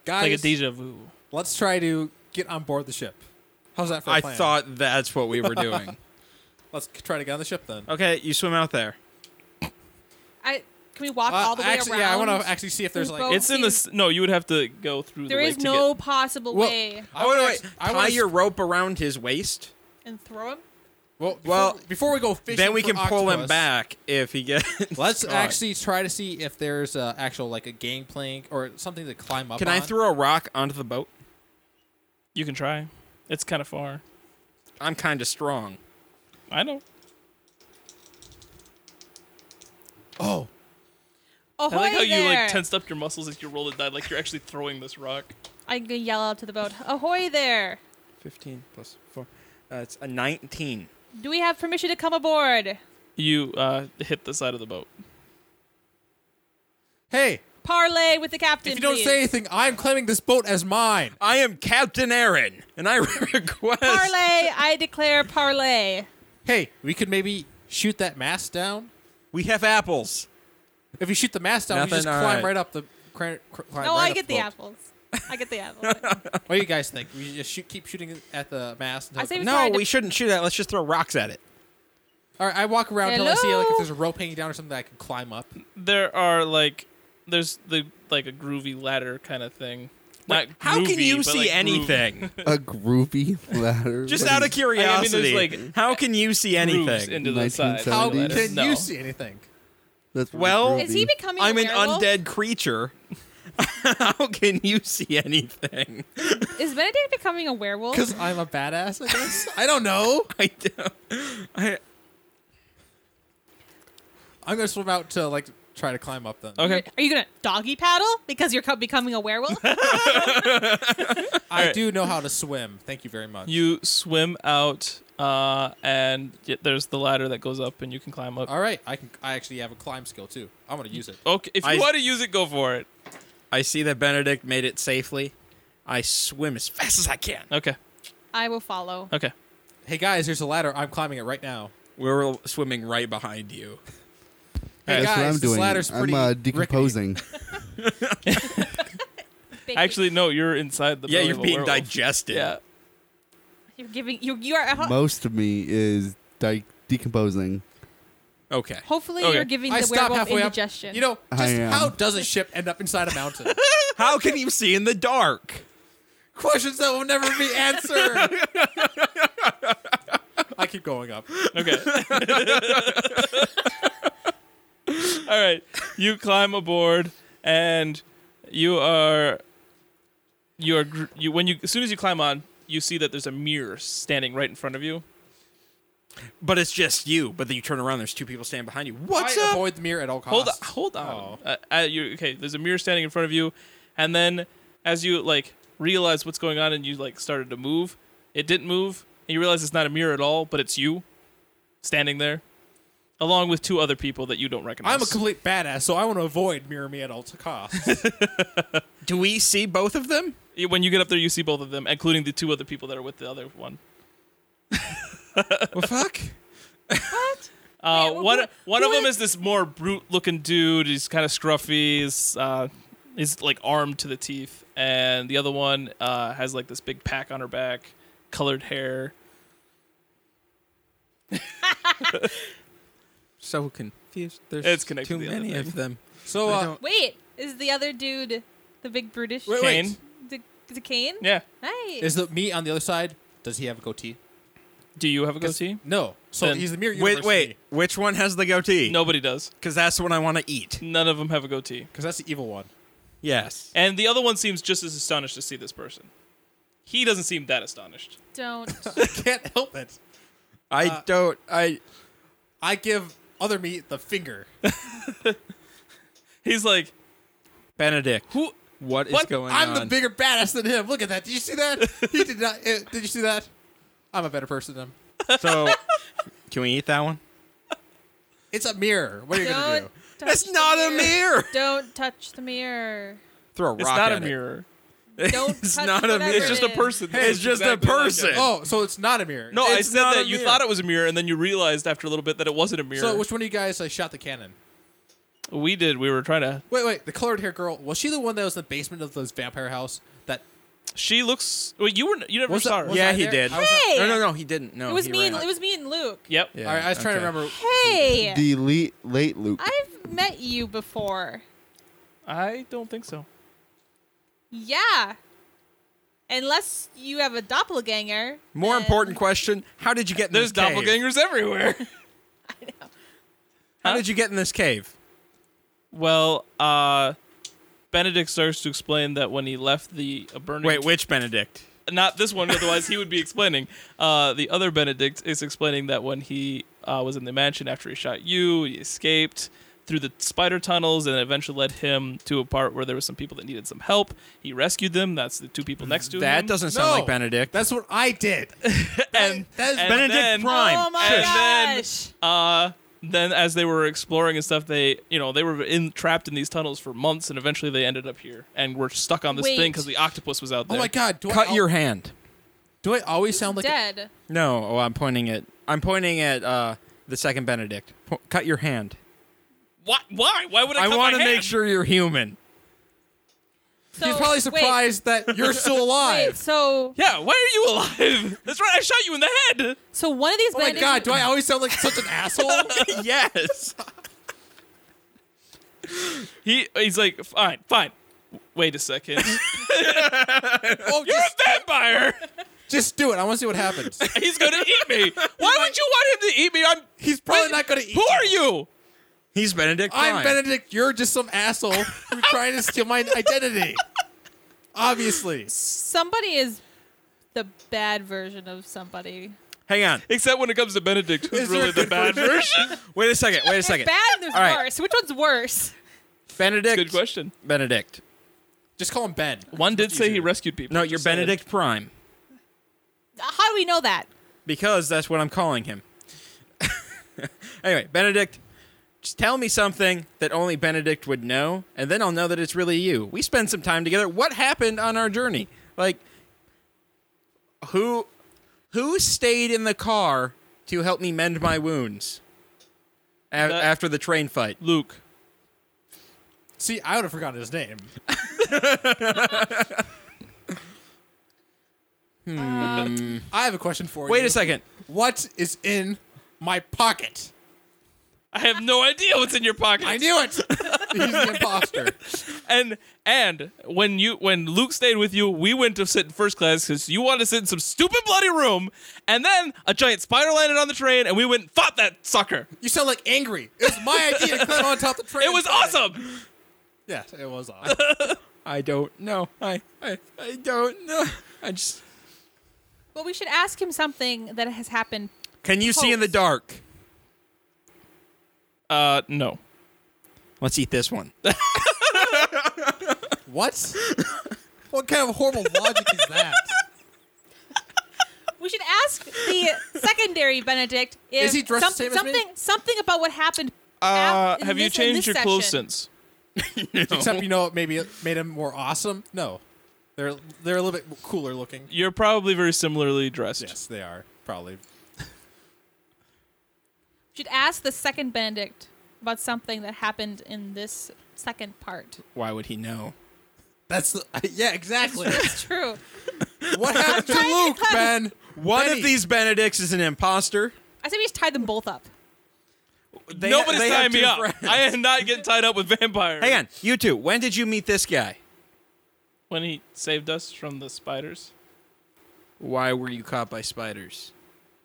guys,
Like a deja vu.
let's try to get on board the ship. How's that for a
I
plan?
thought that's what we were doing.
Let's c- try to get on the ship then.
okay, you swim out there.
I can we walk
Uh,
all the way
actually,
around?
yeah, I want to actually see if there's
Through
like.
both?
It's in the. s- No, you would have to go through
Oh, There
the
is
lake
no
to
possible
Well-
way
I
oh,
wanna
wait,
ex-
wait.
I
Tie
wanna
your rope around his waist.
and throw him.
Well, before,
Well,
before we go fishing,
Then we
for
can pull him
octopus,
back if he gets.
Let's
caught.
actually try to see if there's uh, actual like a gangplank or something to climb up.
Can I
on.
throw a rock onto the boat?
get. You can try. It's kind of far.
I'm kind of strong.
I know.
Oh,
Oh,
I like how you like tensed up your muscles as you roll the die, like you're actually throwing this rock.
I can yell out to the boat. Ahoy there!
15 plus 4. Uh, it's a 19.
Do we have permission to come aboard?
You uh, hit the side of the boat.
hey!
Parlay with the captain.
If you don't
please.
say anything, I'm claiming this boat as mine.
I am Captain Aaron, and I request.
parlay, I declare parlay.
Hey, we could maybe shoot that mast down.
We have apples.
If you shoot the mast down, we
Nothing,
just
all
climb
right.
right up the. Cr- cr- climb
oh,
right
I
up
get the
boat.
apples. I get the apple.
What do you guys think? We should just shoot, keep shooting at the mast. Until
I
it
say
comes-
we
No,
try to-
we shouldn't shoot that. Let's just throw rocks at it.
All right, I walk around until I see like if
Hello?
there's a rope hanging down or something that I can climb up.
there are like there's the like a groovy ladder kind of thing. Not
How can
groovy,
you
but,
see
like, groove-
anything?
a groovy ladder.
just
What
out
is-
of curiosity.
like,
how can you see
grooves
anything?
into the side of the
1970s?
ladder.
Can
No.
anything?
That's really
Well-
groovy.
Is he becoming?
I'm
a
an
werewolf?
undead creature. How can you see anything?
Is Benedict becoming a werewolf?
Because I'm a badass, I guess. I don't know.
I don't. I,
I'm gonna swim out to like try to climb up then.
Okay.
Are you gonna doggy paddle because you're co- becoming a werewolf?
I do know how to swim. Thank you very much.
You swim out, uh, and y- there's the ladder that goes up, and you can climb up.
All right, I can. I actually have a climb skill too. I'm gonna use it.
Okay, if you
I-
want to use it, go for it.
I see that Benedict made it safely. I swim as fast as I can.
Okay,
I will follow.
okay.
Hey guys, here's a ladder. I'm climbing it right now.
We're swimming right behind you.
Hey
That's
guys,
what I'm
this
doing.
ladder's
I'm
pretty
uh,
rickety.
decomposing.
Big-
Actually, no, you're inside the.
yeah,
belly
you're
of a
being
werewolf.
digested.
Yeah.
you're giving you you are ho-
Most of me is di- decomposing.
Okay.
hopefully
Okay.
you're giving
I
the
stop
werewolf
halfway
indigestion.
up. You know,
I
just
am.
how does a ship end up inside a mountain?
How can you see in the dark?
Questions that will never be answered. I keep going up.
Okay. All right. You climb aboard, and you are you are gr- you when you as soon as you climb on, you see that there's a mirror standing right in front of you.
But it's just you. But then you turn around, there's two people standing behind you. What's
I
up?
avoid the mirror at all
Hold on,
costs.
hold on.
Oh.
Uh, uh, you okay? There's a mirror standing in front of you, and then as you like realize what's going on, and you like started to move, it didn't move, and you realize it's not a mirror at all, but it's you standing there, along with two other people that you don't recognize.
I'm a complete badass, so I want to avoid mirror me at all costs.
Do we see both of them?
Yeah, when you get up there, you see both of them, including the two other people that are with the other one.
well, fuck.
what?
Uh,
Yeah, wh-
one
wh-
one of
who
them
is-
is this more brute looking dude. He's kind of scruffy. He's, uh, he's like armed to the teeth, and the other one uh, has like this big pack on her back, colored hair.
So confused. There's
It's connected
too
to the other
many
thing.
of them.
So
I
uh,
don't-
Wait, is the other dude the big brutish?
Wait, wait.
Kane.
The, the cane?
Yeah.
Nice.
is the me on the other side? Does he have a goatee?
Do you have a
'Cause-
goatee?
No. So
Then-
he's the mirror.
Wait, wait. Which one has the goatee?
Nobody does.
Because that's what I want to eat.
None of them have a goatee.
because that's the evil one.
Yes.
And the other one seems just as astonished to see this person. He doesn't seem that astonished.
Don't.
I can't help it.
I
Uh,
don't. I.
I give other me the finger.
He's like,
Benedict.
who?
What is
What?
going
I'm
on?
the bigger badass than him. Look at that. Did you see that? He did not. Uh, did you see that? I'm a better person than him.
So, can we eat that one?
It's a mirror. What are you gonna
Don't.
do?
touch
That's
the
not a mirror.
Don't touch the mirror.
Throw a rock
It's not a
at it.
mirror.
Don't
It's
touch
not a
whatever
mirror.
It's just a
it is.
person. that
It's
looks
just a
exactly like
person.
him.
Oh, so it's not a mirror.
No, I
It's
said
not
that
a
you
mirror.
thought it was a mirror, and then you realized after a little bit that it wasn't a mirror.
So which one of you guys uh, shot the cannon?
we did. We were trying to.
Wait, wait. The colored hair girl was she the one that was in the basement of those vampire house? That
She looks. Well, you were. You never
Was that-
saw her.
was
Yeah,
I
he
there?
did.
I was
Hey!
No, no, no, he didn't.
Oh,
No,
It was
he
me. And,
ran.
it was me and Luke.
Yep.
Yeah,
All right, I was trying
okay.
to remember.
Hey,
Delete late loop.
I've met you before.
I don't think so.
Yeah. Unless you have a doppelganger.
More
then-
important question: How did you get in
There's
this cave?
doppelgangers everywhere.
How
Huh?
did you get in this cave?
well, uh, Benedict starts to explain that when he left the uh, burning.
Wait, which Benedict?
not this one. Otherwise, he would be explaining. Uh, the other Benedict is explaining that when he uh, was in the mansion after he shot you, he escaped through the spider tunnels and eventually led him to a part where there were some people that needed some help. He rescued them. That's the two people next to him.
That doesn't sound
No.
like Benedict.
That's what I did.
And
that is
and
Benedict
then-
Prime.
Oh my
Shit. And then-
gosh.
uh then as they were exploring and stuff they you know they were in trapped in these tunnels for months and eventually they ended up here and were stuck on this
Wait.
thing because the octopus was out
Oh
there
my god! Do I
Cut
al-
your hand.
Do I always sound like? a-
Dead.
No, oh, I'm pointing at. I'm pointing at uh, the second Benedict. Po- cut your hand.
Why? why why would i,
I
cut
want to
my hand?
make sure you're human.
So,
He's probably
wait,
surprised that you're still
Wait,
alive.
so
yeah why are you alive that's right i shot you in the head
so one of these
Oh my god! Do I always sound like such an asshole?
yes.
he he's like fine fine wait a second
Oh,
you're
just,
a vampire
just do it. I want to see what happens.
he's gonna eat me why would you want him to eat me i'm
He's probably not gonna eat.
who are you
He's Benedict.
I'm
Prime.
Benedict. You're just some asshole who's trying to steal my identity. Obviously.
Somebody is the bad version of somebody.
Hang on.
Except when it comes to Benedict, who's really the bad version?
Wait a second. Wait a
There's
second.
bad and there's
All right.
worse. Which one's worse?
Benedict.
Good question.
Benedict.
Just call him Ben.
One did say he
easier.
rescued people.
No, you're
Just saying.
Benedict Prime
How do we know that?
because that's what I'm calling him. anyway, Benedict, just tell me something that only Benedict would know, and then I'll know that it's really you. We spend some time together. What happened on our journey? Like, who, who stayed in the car to help me mend my wounds a-
That-
after the train fight?
Luke.
See, I would have forgotten his name. I have a question for you.
Hmm. Wait a second.
What is in my pocket?
I have no idea what's in your pocket.
I knew it. He's the imposter.
And and when you when Luke stayed with you, we went to sit in first class because you wanted to sit in some stupid bloody room. And then a giant spider landed on the train, and we went and fought that sucker.
You sound like angry. It was my idea to climb on top of the train.
It was awesome.
Yes, it was awesome.
I don't know. I, I, I don't know. I just.
Well, we should ask him something that has happened.
Can you see in the
Pose.
dark?
Uh, no.
Let's eat this one.
what? What kind of horrible logic is that?
We should ask the secondary Benedict if
Is he dressed the same as me?
something something about what happened.
Uh,
af- in
have you
this- in
changed
this
your clothes
session.
since?
Except you know, it maybe it made him more awesome. No, they're they're a little bit cooler looking.
You're probably very similarly dressed.
Yes, they are probably.
We should ask the second Benedict about something that happened in this second part.
Why would he know?
That's the, yeah, exactly.
That's true.
what happened to Luke, Ben?
One
Benny.
of these Benedicts is an imposter.
I said we just tied them both up.
They-
Nobody's
they have
tying me
two
up.
friends.
I am not getting tied up with vampires.
Hang on, you two. When did you meet this guy?
When he saved us from the spiders,
Why were you caught by spiders?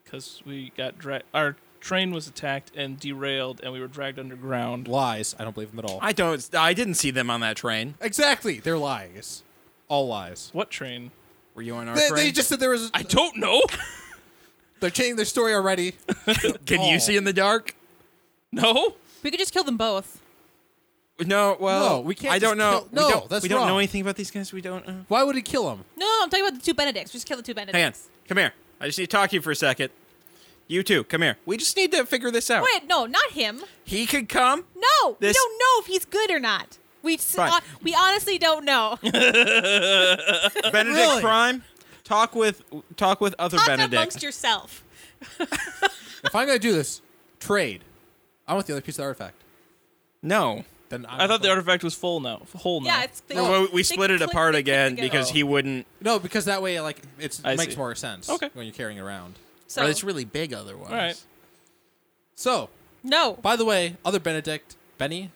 because we got dra- our train was attacked and derailed, and we were dragged underground.
Lies. I don't believe them at all.
I don't. I didn't see them on that train.
exactly, they're lies. All lies.
What train?
Were you on our
They,
train?
they just said there was.
I don't know.
They're changing their story already.
Can
Oh.
you see in the dark?
no.
We could just kill them both.
No. Well,
No, we can't
I don't
just
know.
kill- no,
we don't,
that's
we don't know
wrong.
anything about these guys. We don't. know.
Why would he kill him?
No, no, I'm talking about the two Benedicts. We just kill the two
Hang on.
Benedicts.
Come here. I just need to talk to you for a second. You two, come here. We just need to figure this out.
Wait, no, not him.
He could come.
No, we
This-
don't know if he's good or not. We s-
Fine.
uh, we honestly don't know.
Benedict
Really?
Prime. Talk with talk with other
Talk
Benedicts.
amongst yourself.
If I'm gonna do this, trade. I want the other piece of the artifact.
no.
Then I'm
I thought the
gonna-
artifact was full now, whole now.
Yeah, it's they-
No, we- we
they
split it
click-
apart
they click
again
together.
because he wouldn't.
No, because that way, like, it's,
I
it makes
see.
more sense.
Okay.
When you're carrying it around.
So
Or it's really big otherwise.
all right.
So,
no,
by the way, other Benedict, Benny,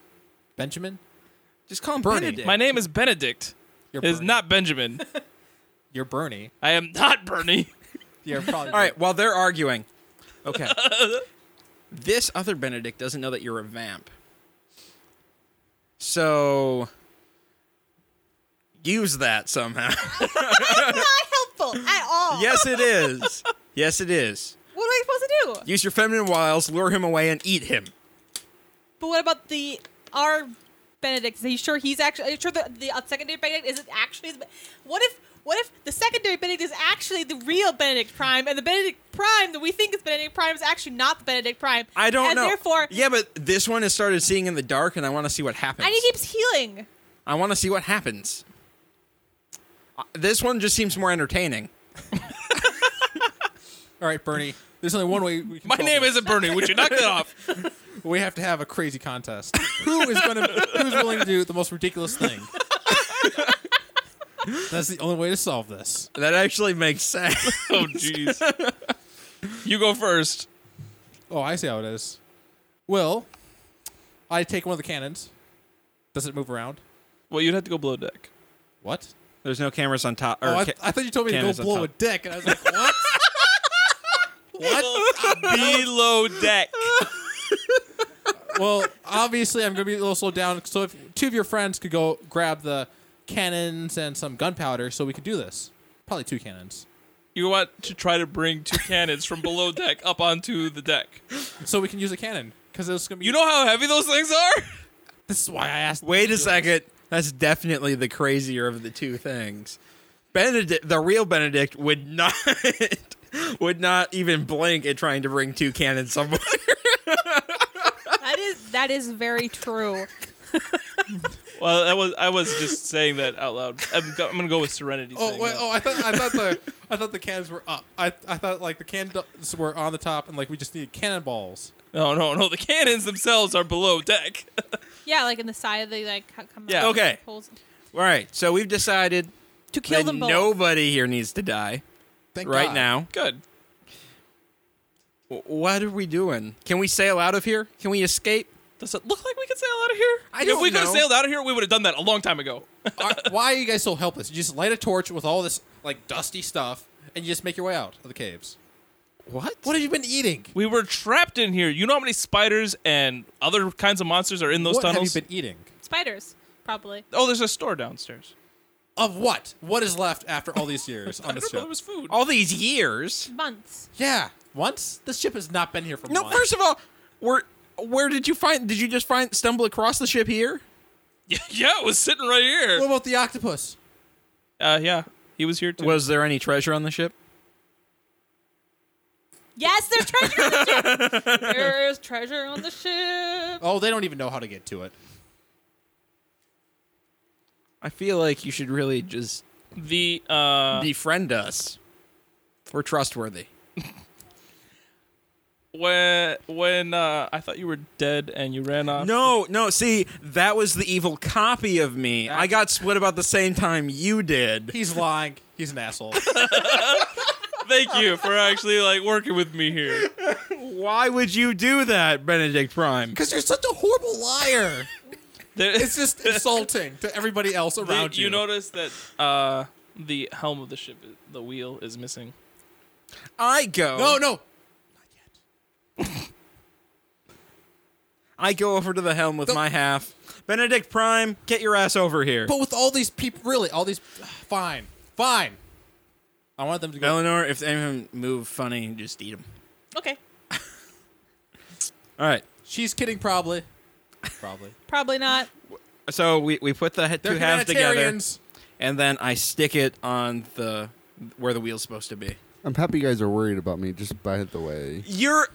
Benjamin,
Just call him
Bernie.
Benedict.
My name is Benedict.
you're
It is
Bernie.
not Benjamin.
You're Bernie.
I am not Bernie.
You're probably
All right, while they're arguing. Okay. this other Benedict doesn't know that you're a vamp. So use that somehow.
not helpful at all.
yes it is. Yes it is.
What am I supposed to do?
Use your feminine wiles, lure him away and eat him.
But what about the our Benedict? Is he sure he's actually? Are you sure the, the uh, secondary Benedict is not actually? the- What if? What if the secondary Benedict is actually the real Benedict Prime, and the Benedict Prime that we think is Benedict Prime is actually not the Benedict Prime?
I don't
and
know.
Therefore,
Yeah, but this one has started seeing in the dark and I want to see what happens.
and he keeps healing.
I want to see what happens. Uh, This one just seems more entertaining.
All right, Bernie. There's only one way. We can
My
solve
name
this.
isn't Bernie. Would you knock that off?
We have to have a crazy contest. Who is going to? Who's willing to do the most ridiculous thing? That's the only way to solve this.
That actually makes sense.
Oh, jeez. You go first.
Oh, I see how it is. Will, I take one of the cannons. Does it move around?
Well, you'd have to go below deck.
What?
There's no cameras on top. Or
Oh, I,
ca-
I thought you told me to go
cannons on
blow a
top.
dick, and I was like, what? what?
below deck.
Well, obviously, I'm going to be a little slowed down. So if two of your friends could go grab the cannons and some gunpowder, so we could do this. Probably two cannons.
You want to try to bring two cannons from below deck up onto the deck.
So we can use a cannon because it's going to be.
You know how heavy those things are?
this is why I asked.
Wait a second. That's definitely the crazier of the two things. Benedict, the real Benedict, would not would not even blink at trying to bring two cannons somewhere.
That is that is very true.
Well, that was I was just saying that out loud. I'm, go- I'm gonna go with Serenity.
Oh,
saying
wait,
that.
oh! I thought I thought the I thought the cannons were up. I I thought like the cannons were on the top, and like we just needed cannonballs.
No, no, no. The cannons themselves are below deck.
Yeah, like in the side of the like c- come
Yeah.
out.
Okay.
Holes.
All right, so we've decided
To kill
that
them both.
nobody here needs to die
Thank
right
God.
now.
Good.
W- What are we doing? Can we sail out of here? Can we escape?
Does it look like we can sail out of here?
I don't
if we could have
know.
sailed out of here, we would have done that a long time ago.
Are- why are you guys so helpless? You just light a torch with all this like dusty stuff, and you just make your way out of the caves.
What?
What have you been eating?
We were trapped in here. You know how many spiders and other kinds of monsters are in those
what
tunnels?
have you been eating?
Spiders, probably.
oh, there's a store downstairs.
Of what? What is left after all these years on
I
this
don't know.
ship?
There was food.
All these years?
Months.
Yeah, once this ship has not been here for
No,
months.
first of all, where where did you find? Did you just find stumble across the ship here?
Yeah, yeah, it was sitting right
what
here.
about the octopus?
Uh, yeah, he was here too.
Was there any treasure on the ship?
Yes, there's treasure on the ship. There's treasure on the ship.
Oh, they don't even know how to get to it.
I feel like you should really just
the uh,
befriend us. We're trustworthy.
when when uh, I thought you were dead and you ran off.
No, no. See, that was the evil copy of me. I got split about the same time you did.
He's lying. He's an asshole.
Thank you for actually like working with me here.
Why would you do that, Benedict Prime?
Because you're such a horrible liar.
There-
It's just insulting to everybody else
the-
around you.
you notice that uh, the helm of the ship, the wheel, is missing.
I go.
no, no.
I go over to the helm with
No.
my half. Benedict Prime, get your ass over here.
But with all these people, really, all these. Fine, fine. I want them to go.
Eleanor, if any of them move funny, just eat them.
Okay,
All right.
She's kidding, probably. Probably.
probably not.
So we, we put the he-
They're
two halves together,
humanitarians.
and then I stick it on the where the wheel's supposed to be.
I'm happy you guys are worried about me. Just by the way,
You're.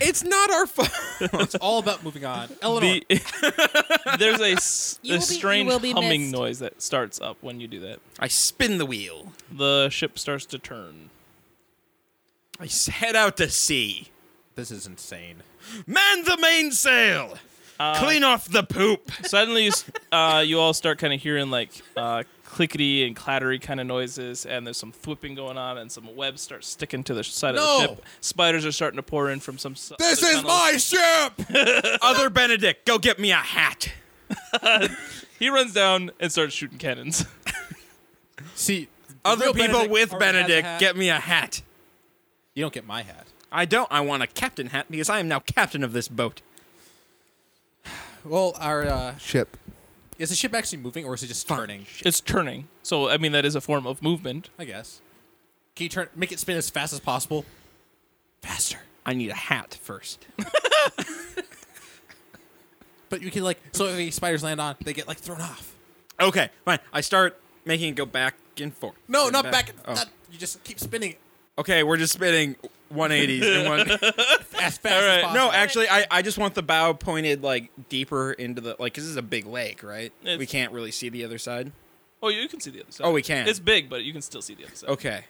It's not our fault.
It's all about moving on. Eleanor,
The, there's a, s-
You
a
will be- you
strange
will be
humming
missed.
noise that starts up when you do that.
I spin the wheel.
The ship starts to turn.
I s- head out to sea.
this is insane.
Man the mainsail.
Uh,
Clean off the poop.
Suddenly, you, s- uh, you all start kind of hearing like uh, clickety and clattery kind of noises, and there's some thwipping going on, and some webs start sticking to the side
No.
of the ship. Spiders are starting to pour in from some. s-
This
other
is
tunnels.
my ship.
Other Benedict, go get me a hat.
He runs down and starts shooting cannons.
See, the
Other
real
people
Benedict
with
already has a
Benedict,
hat.
get me a hat.
You don't get my hat.
I don't. I want a captain hat because I am now captain of this boat.
Well, our uh,
ship.
is the ship actually moving or is it just turning?
it's turning, so I mean that is a form of movement.
I guess. Can you turn? Make it spin as fast as possible. Faster.
I need a hat first.
But you can like so if any spiders land on, they get like thrown off.
Okay, fine. I start making it go back and forth.
No,
and
not back.
Oh.
not- you just keep spinning
Okay, we're just spinning 180s. and one-
as fast
All
as
right.
possible.
no, actually, I, I just want the bow pointed like deeper into the like. 'cause this is a big lake, right? we
It's-
can't really see the other side.
Oh, you can see the other side.
Oh, we can.
It's big, but you can still see the other side.
Okay,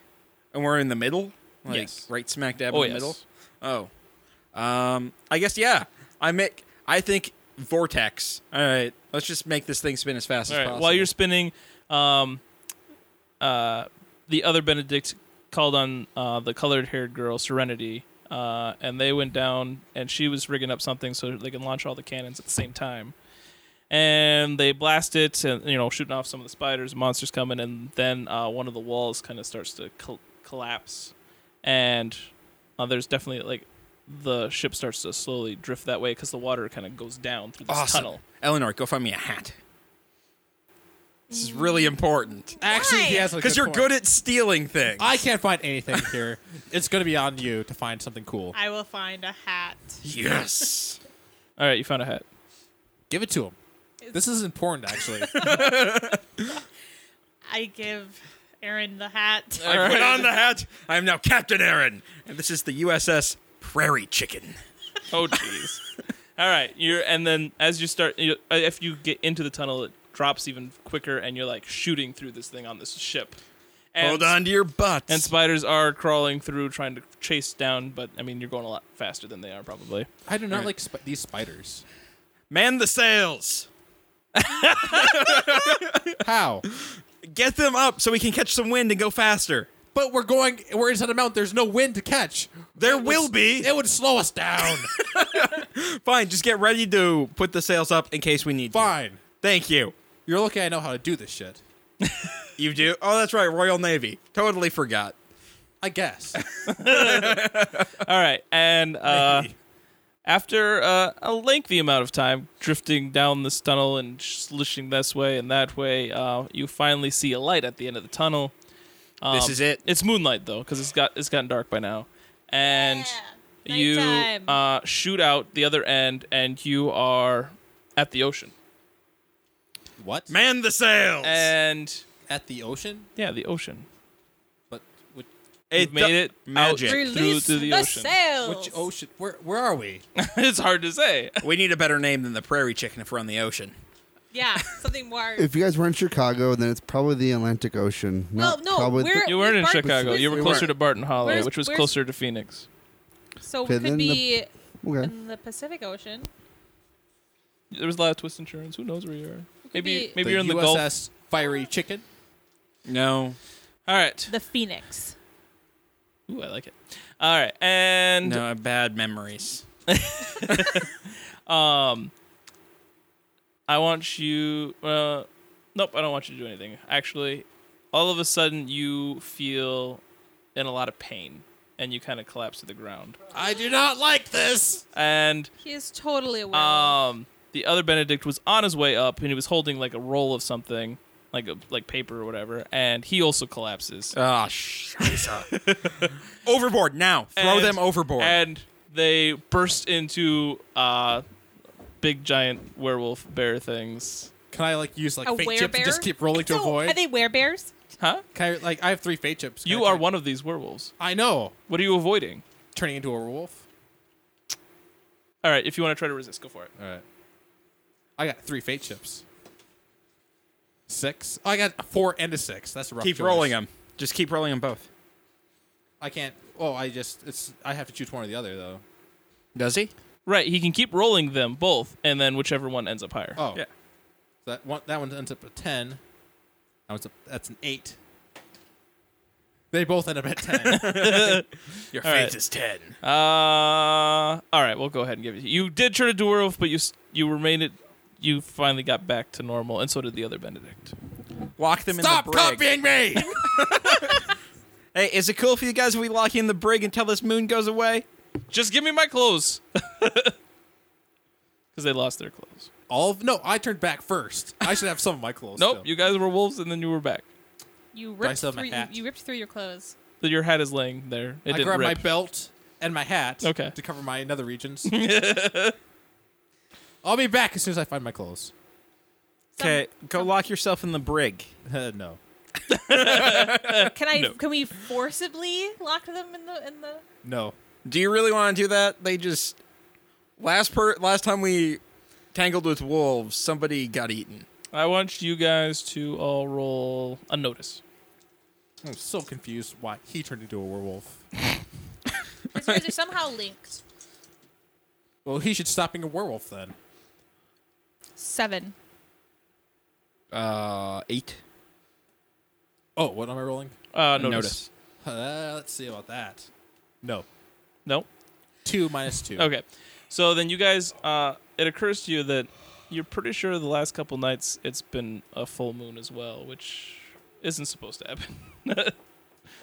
and we're in the middle, like
Yes.
right smack dab
Oh,
in the
yes.
middle. Oh, um, I guess yeah. I make. I think vortex. All right, let's just make this thing spin as fast
All
as
right.
possible.
While you're spinning, um, uh, the other Benedict called on uh, the colored-haired girl Serenity, uh, and they went down, and she was rigging up something so they can launch all the cannons at the same time. And they blast it, and you know, shooting off some of the spiders, monsters coming, and then uh, one of the walls kind of starts to col- collapse, and uh, there's definitely like the ship starts to slowly drift that way because the water kind of goes down through this
Awesome.
tunnel.
Eleanor, go find me a hat. This is really
Mm.
important.
Actually, he
Why?
has a
Because you're
point.
good at stealing things.
I can't find anything here. it's gonna be on you to find something cool.
I will find a hat.
Yes.
All right, you found a hat.
Give it to him. This is important, actually.
I give Aaron the hat.
I put on the hat. I am now Captain Aaron. And this is the USS Prairie Chicken.
Oh jeez. All right, you're and then as you start, you, uh, if you get into the tunnel, it drops even quicker, and you're like shooting through this thing on this ship. And,
Hold on to your butts.
And spiders are crawling through, trying to chase down, but I mean, you're going a lot faster than they are probably.
I do not like sp- these spiders.
Man the sails.
How?
Get them up so we can catch some wind and go faster.
But we're going. We're inside a mountain. There's no wind to catch.
There will be.
It would slow us down.
Fine, just get ready to put the sails up in case we need to.
Fine.
Thank you.
You're lucky. I know how to do this shit.
You do? Oh, that's right. Royal Navy. Totally forgot.
I guess.
All right, and uh, after uh, a lengthy amount of time drifting down this tunnel and slishing this way and that way, uh, you finally see a light at the end of the tunnel.
This
Um,
is it.
It's moonlight though, because it's got it's gotten dark by now, and
Yeah,
you
nighttime.
uh, shoot out the other end, and you are at the ocean.
what?
Man the sails.
And
At the ocean?
yeah, the ocean.
But which,
You've made
do-
it
magic.
out through,
Release
through the,
the
ocean.
sails.
which ocean? Where where are we?
it's hard to say.
We need a better name than the Prairie Chicken if we're on the ocean.
Yeah, something more.
If you guys were in Chicago, then it's probably the Atlantic Ocean.
Well,
not
no,
probably
we're-
You weren't in
Barton-
Chicago. You were
We
closer
weren't.
to Barton Hollow,
Where's-
which was
where's-
closer to Phoenix.
so
Okay,
we
then
could be
the, okay.
in the Pacific Ocean.
There was a lot of twist and turns. Who knows where you are? Maybe
be-
maybe
the
you're in the
USS
Gulf.
Fiery Chicken.
No.
All right.
The Phoenix.
Ooh, I like it. All right, and
No, bad memories.
Um, I want you. Uh, nope, I don't want you to do anything. Actually, all of a sudden you feel in a lot of pain, and you kind of collapse to the ground.
I do not like this.
And
He is totally aware.
um, the other Benedict was on his way up, and he was holding like a roll of something, like a like paper or whatever, and he also collapses.
Oh, scheiße. overboard now. Throw
And-
them overboard.
And they burst into uh, big giant werewolf bear things.
Can I like use like
a
fate chips
werebear?
and just keep rolling to
so,
avoid?
Are they werebears?
Huh?
Can I, like I have three fate chips. Can
You
I
are
turn-
one of these werewolves.
I know.
What are you avoiding?
Turning into a wolf.
All right, if you want to try to resist, go for it.
All right. I got three fate chips. Six. Oh, I got a four and a six. That's a rough.
keep
choice.
rolling them. Just keep rolling them both.
I can't. Oh, I just. It's. I have to choose one or the other though.
Does he?
Right, he can keep rolling them both, and then whichever one ends up higher.
Oh.
Yeah.
That one. That one ends up at ten. That one's up, that's an eight. They both end up at ten.
Your
All
fate
right.
is 10.
Uh, all right, we'll go ahead and give it. You did turn into a werewolf, but you s- you remained it. You finally got back to normal, and so did the other Benedict.
Lock them in the brig.
me.
Hey, is it cool for you guys if we lock you in the brig until this moon goes away?
Just give me my clothes, because they lost their clothes.
All of, no, I turned back first. I should have some of my clothes.
Nope,
still.
you guys were wolves, and then you were back.
You
I
ripped
still have my
through. You,
hat?
you ripped through your clothes.
So Your hat is laying there. It
I
didn't
grabbed my
rip.
belt and my hat.
Okay.
To cover my nether regions. I'll be back as soon as I find my clothes.
Some-
Okay, go lock yourself in the brig.
Uh, no.
Can I?
uh, No.
Can we forcibly lock them in the in the?
No.
Do you really want to do that? They just last per last time we tangled with wolves, somebody got eaten.
I want you guys to all roll a notice.
I'm so confused why he turned into a werewolf.
His ways are somehow linked.
Well, he should stop being a werewolf then.
Seven.
Uh, eight.
Oh, what am I rolling?
Uh, notice.
Notice.
Uh, let's see about that. No.
No.
Two minus two.
Okay. So then you guys, uh, it occurs to you that you're pretty sure the last couple nights it's been a full moon as well, which isn't supposed to happen. this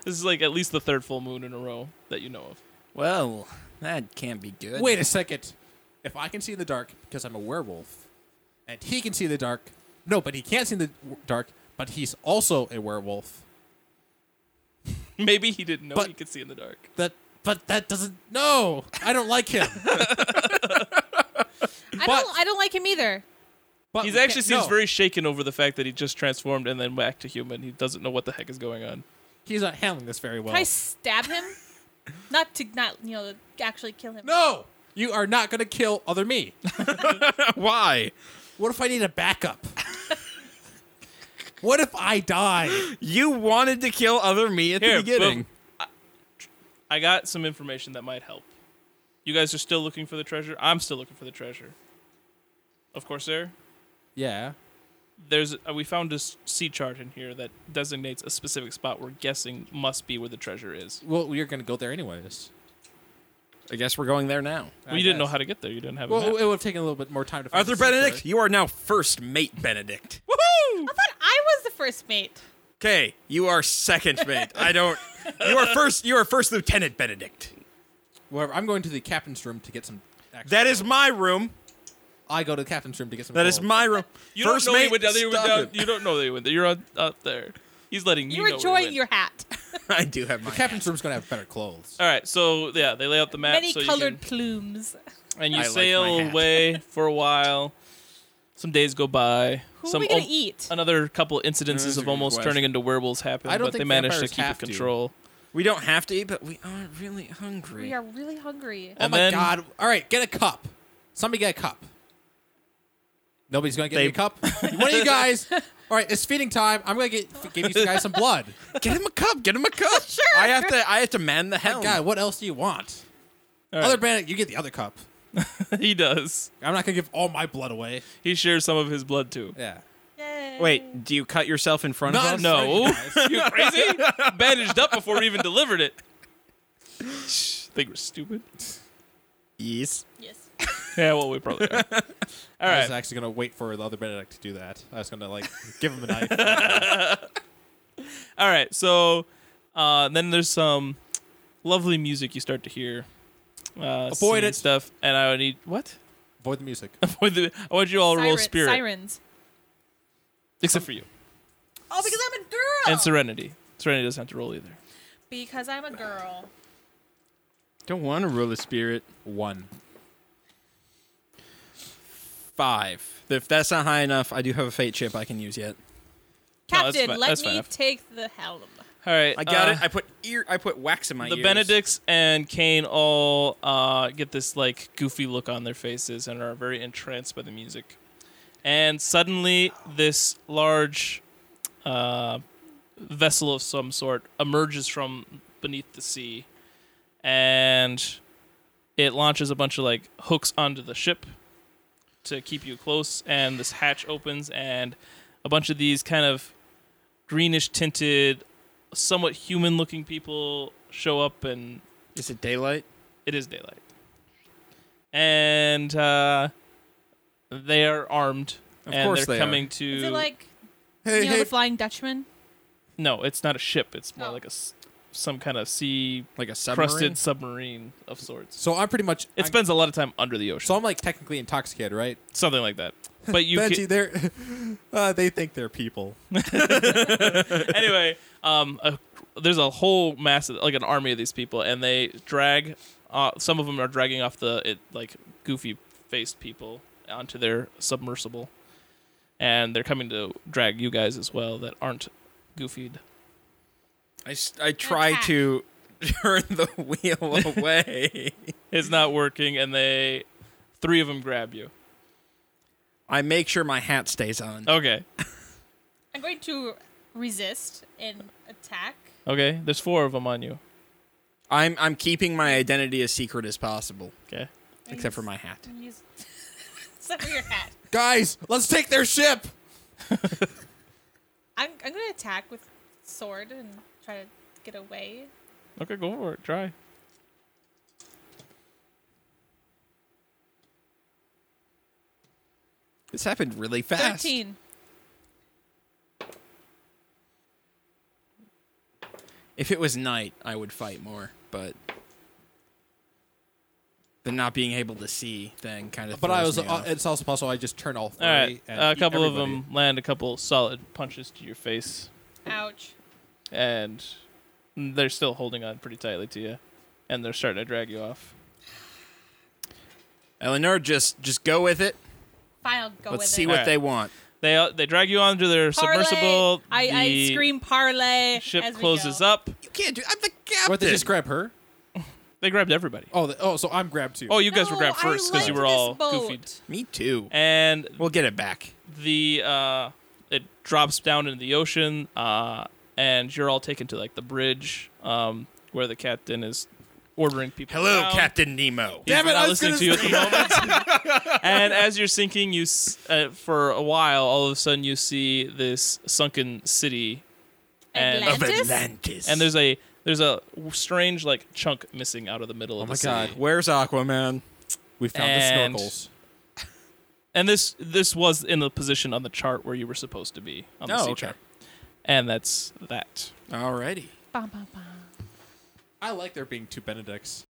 is like at least the third full moon in a row that you know of.
Well, that can't be good.
Wait a second. If I can see in the dark because I'm a werewolf, and he can see in the dark, no, but he can't see in the w- dark, but he's also a werewolf.
Maybe he didn't know
But-
he could see in the dark.
That, but that doesn't. No, I don't like him.
I
But-
don't. I don't like him either.
But
He
we
actually
can't-
seems
Uh, no.
very shaken over the fact that he just transformed and then back to human. He doesn't know what the heck is going on.
He's not handling this very well.
Oh.
Can I stab him? not to not you know actually kill him.
No, you are not going to kill other me.
Why?
What if I need a backup? what if I die?
You wanted to kill other me at
Here,
the beginning.
boom. I got some information that might help. You guys are still looking for the treasure. I'm still looking for the treasure. Of course, there.
Yeah.
There's uh, we found this sea chart in here that designates a specific spot we're guessing must be where the treasure is.
Well, we are going to go there anyways.
I guess we're going there now.
I
Well, you didn't know
guess.
how to get there. You didn't have. a
Well,
map.
it would have taken a little bit more time to. find
Arthur
the secret.
Benedict, you are now first mate Benedict.
I thought I was the first mate.
Okay, you are second mate. I don't. You are first. You are first lieutenant Benedict.
Whatever. I'm going to the captain's room to get some. Action.
That is my room.
I go to the captain's room to get some.
That is
gold.
my room.
you
first
don't know
mate.
you went down. You, went
stop
down.
it.
you don't know that you went there. You're on, up there. He's letting you.
You're
know where he
enjoying
went.
your hat.
I do have my.
The captain's room's going to have better clothes.
All right, so yeah, they lay out the map.
Many
so you
colored
can-
plumes.
and you
I like my
sail
hat.
away for a while. Some days go by.
Who
Some
are we gonna
al-
eat?
Another couple
That's
incidences
a
of
good
almost
question.
turning into werewolves happen,
I don't
but they
think
managed to
vampires
keep
have
it
to.
control.
We don't have to eat, but we are really hungry.
We are really hungry.
Oh
And
my
then-
god! All right, get a cup. Somebody get a cup. Nobody's going to get me
They-
a cup. One of you guys. All right, it's feeding time. I'm going to get give you guys some blood.
Get him a cup. Get him a cup. sure. I have to. I have to man the helm.
God, what else do you want?
All
Other
right,
Benedict, you get the other cup.
he does.
I'm not going to give all my blood away.
He shares some of his blood too.
Yeah.
Yay.
Wait, do you cut yourself in front
Not
of him?
in
No,
Sorry,
you crazy? Bandaged up before we even delivered it. Think we're stupid?
Yes.
Yes.
Yeah, well, we probably are. All
I was
right,
actually going to wait for the other Benedict to do that. I was going to like give him a knife.
all right. So uh, then there's some lovely music you start to hear. Uh,
Avoid
scene
it.
stuff, and I would need what?
Avoid the music.
Avoid the- I want you all to roll
Siren-
spirit,
Sirens.
except for you.
Oh, because I'm a girl.
And Serenity. Serenity doesn't have to roll either.
because I'm a girl.
Don't want to rule the spirit.
One.
Five. If that's not high enough, I do have a fate chip I can use yet.
No, that's
Captain,
fine-
let
that's
me
fine.
take the helm.
All right.
I got
uh,
it. I put ear. I put wax in my
the
ears.
Benedicts and Kane all uh, get this like goofy look on their faces and are very entranced by the music. And suddenly, this large uh, vessel of some sort emerges from beneath the sea, and it launches a bunch of like hooks onto the ship to keep you close. And this hatch opens, and a bunch of these kind of greenish tinted somewhat human looking people show up and
Is it daylight?
it is daylight. And uh, they are armed.
Of
and
course
they're
they are.
coming to
Is it like
Hey,
you know the Flying Dutchman?
No, it's not a ship. It's more
Oh.
like a s- some kind of sea
Like a submarine.
crusted submarine of sorts.
So I'm pretty much.
It
I'm-
spends a lot of time under the ocean.
so I'm like technically intoxicated, right?
something like that. But you
Benji,
ca-
they're uh, they think they're people.
anyway, um, a, there's a whole mass of, like an army of these people, and they drag. Uh, some of them are dragging off the it, like goofy faced people onto their submersible, and they're coming to drag you guys as well that aren't goofied.
I, s- I try
Attack.
to turn the wheel away.
It's not working, and they three of them grab you.
I make sure my hat stays on.
Okay,
I'm going to resist and attack.
okay. There's four of them on you.
I'm I'm keeping my identity as secret as possible,
Okay.
except for my hat.
Use- Except for your hat.
Guys, let's take their ship.
I'm, I'm going to attack with sword and try to get away.
Okay, go for it. Try.
This happened really fast.
13.
If it was night, I would fight more, but the not being able to see thing kind of.
But I
throws
was.
me
Uh,
off.
it's also possible I just turn all three.
All right,
and
a
eat
couple of
everybody.
them land a couple solid punches to your face,
Ouch.
and they're still holding on pretty tightly to you, and they're starting to drag you off.
Eleanor, just just go with it.
Fine, I'll go
Let's
with
see
it.
what
Alright.
they want.
They uh, they drag you onto their
Parlay.
submersible.
I, I
the
scream parlay.
Ship
as we
closes
go.
up.
You can't do. I'm the captain.
What? They just grab her.
They grabbed everybody.
Oh, the, oh, so I'm grabbed too.
Oh, you guys
No,
were grabbed
I
first because you
liked
were all
this boat.
goofied.
Me too.
And
We'll get it back.
the uh, it drops down into the ocean, uh, and you're all taken to like the bridge um, where the captain is ordering people.
Hello,
around.
Captain Nemo.
He's
Damn it,
not
I was
listening
gonna
to you at the moment. and as you're sinking, you s- uh, for a while, all of a sudden you see this sunken city, and
Atlantis?
and there's a there's a strange like chunk missing out of the middle
Oh
of
my
the city.
God.
Where's Aquaman?
we found
and-
the snorkels.
And this this was in the position on the chart where you were supposed to be on the
Oh,
sea
okay.
chart. And that's that.
Alrighty.
Bum, bum, bum.
I like there being two Benedicts.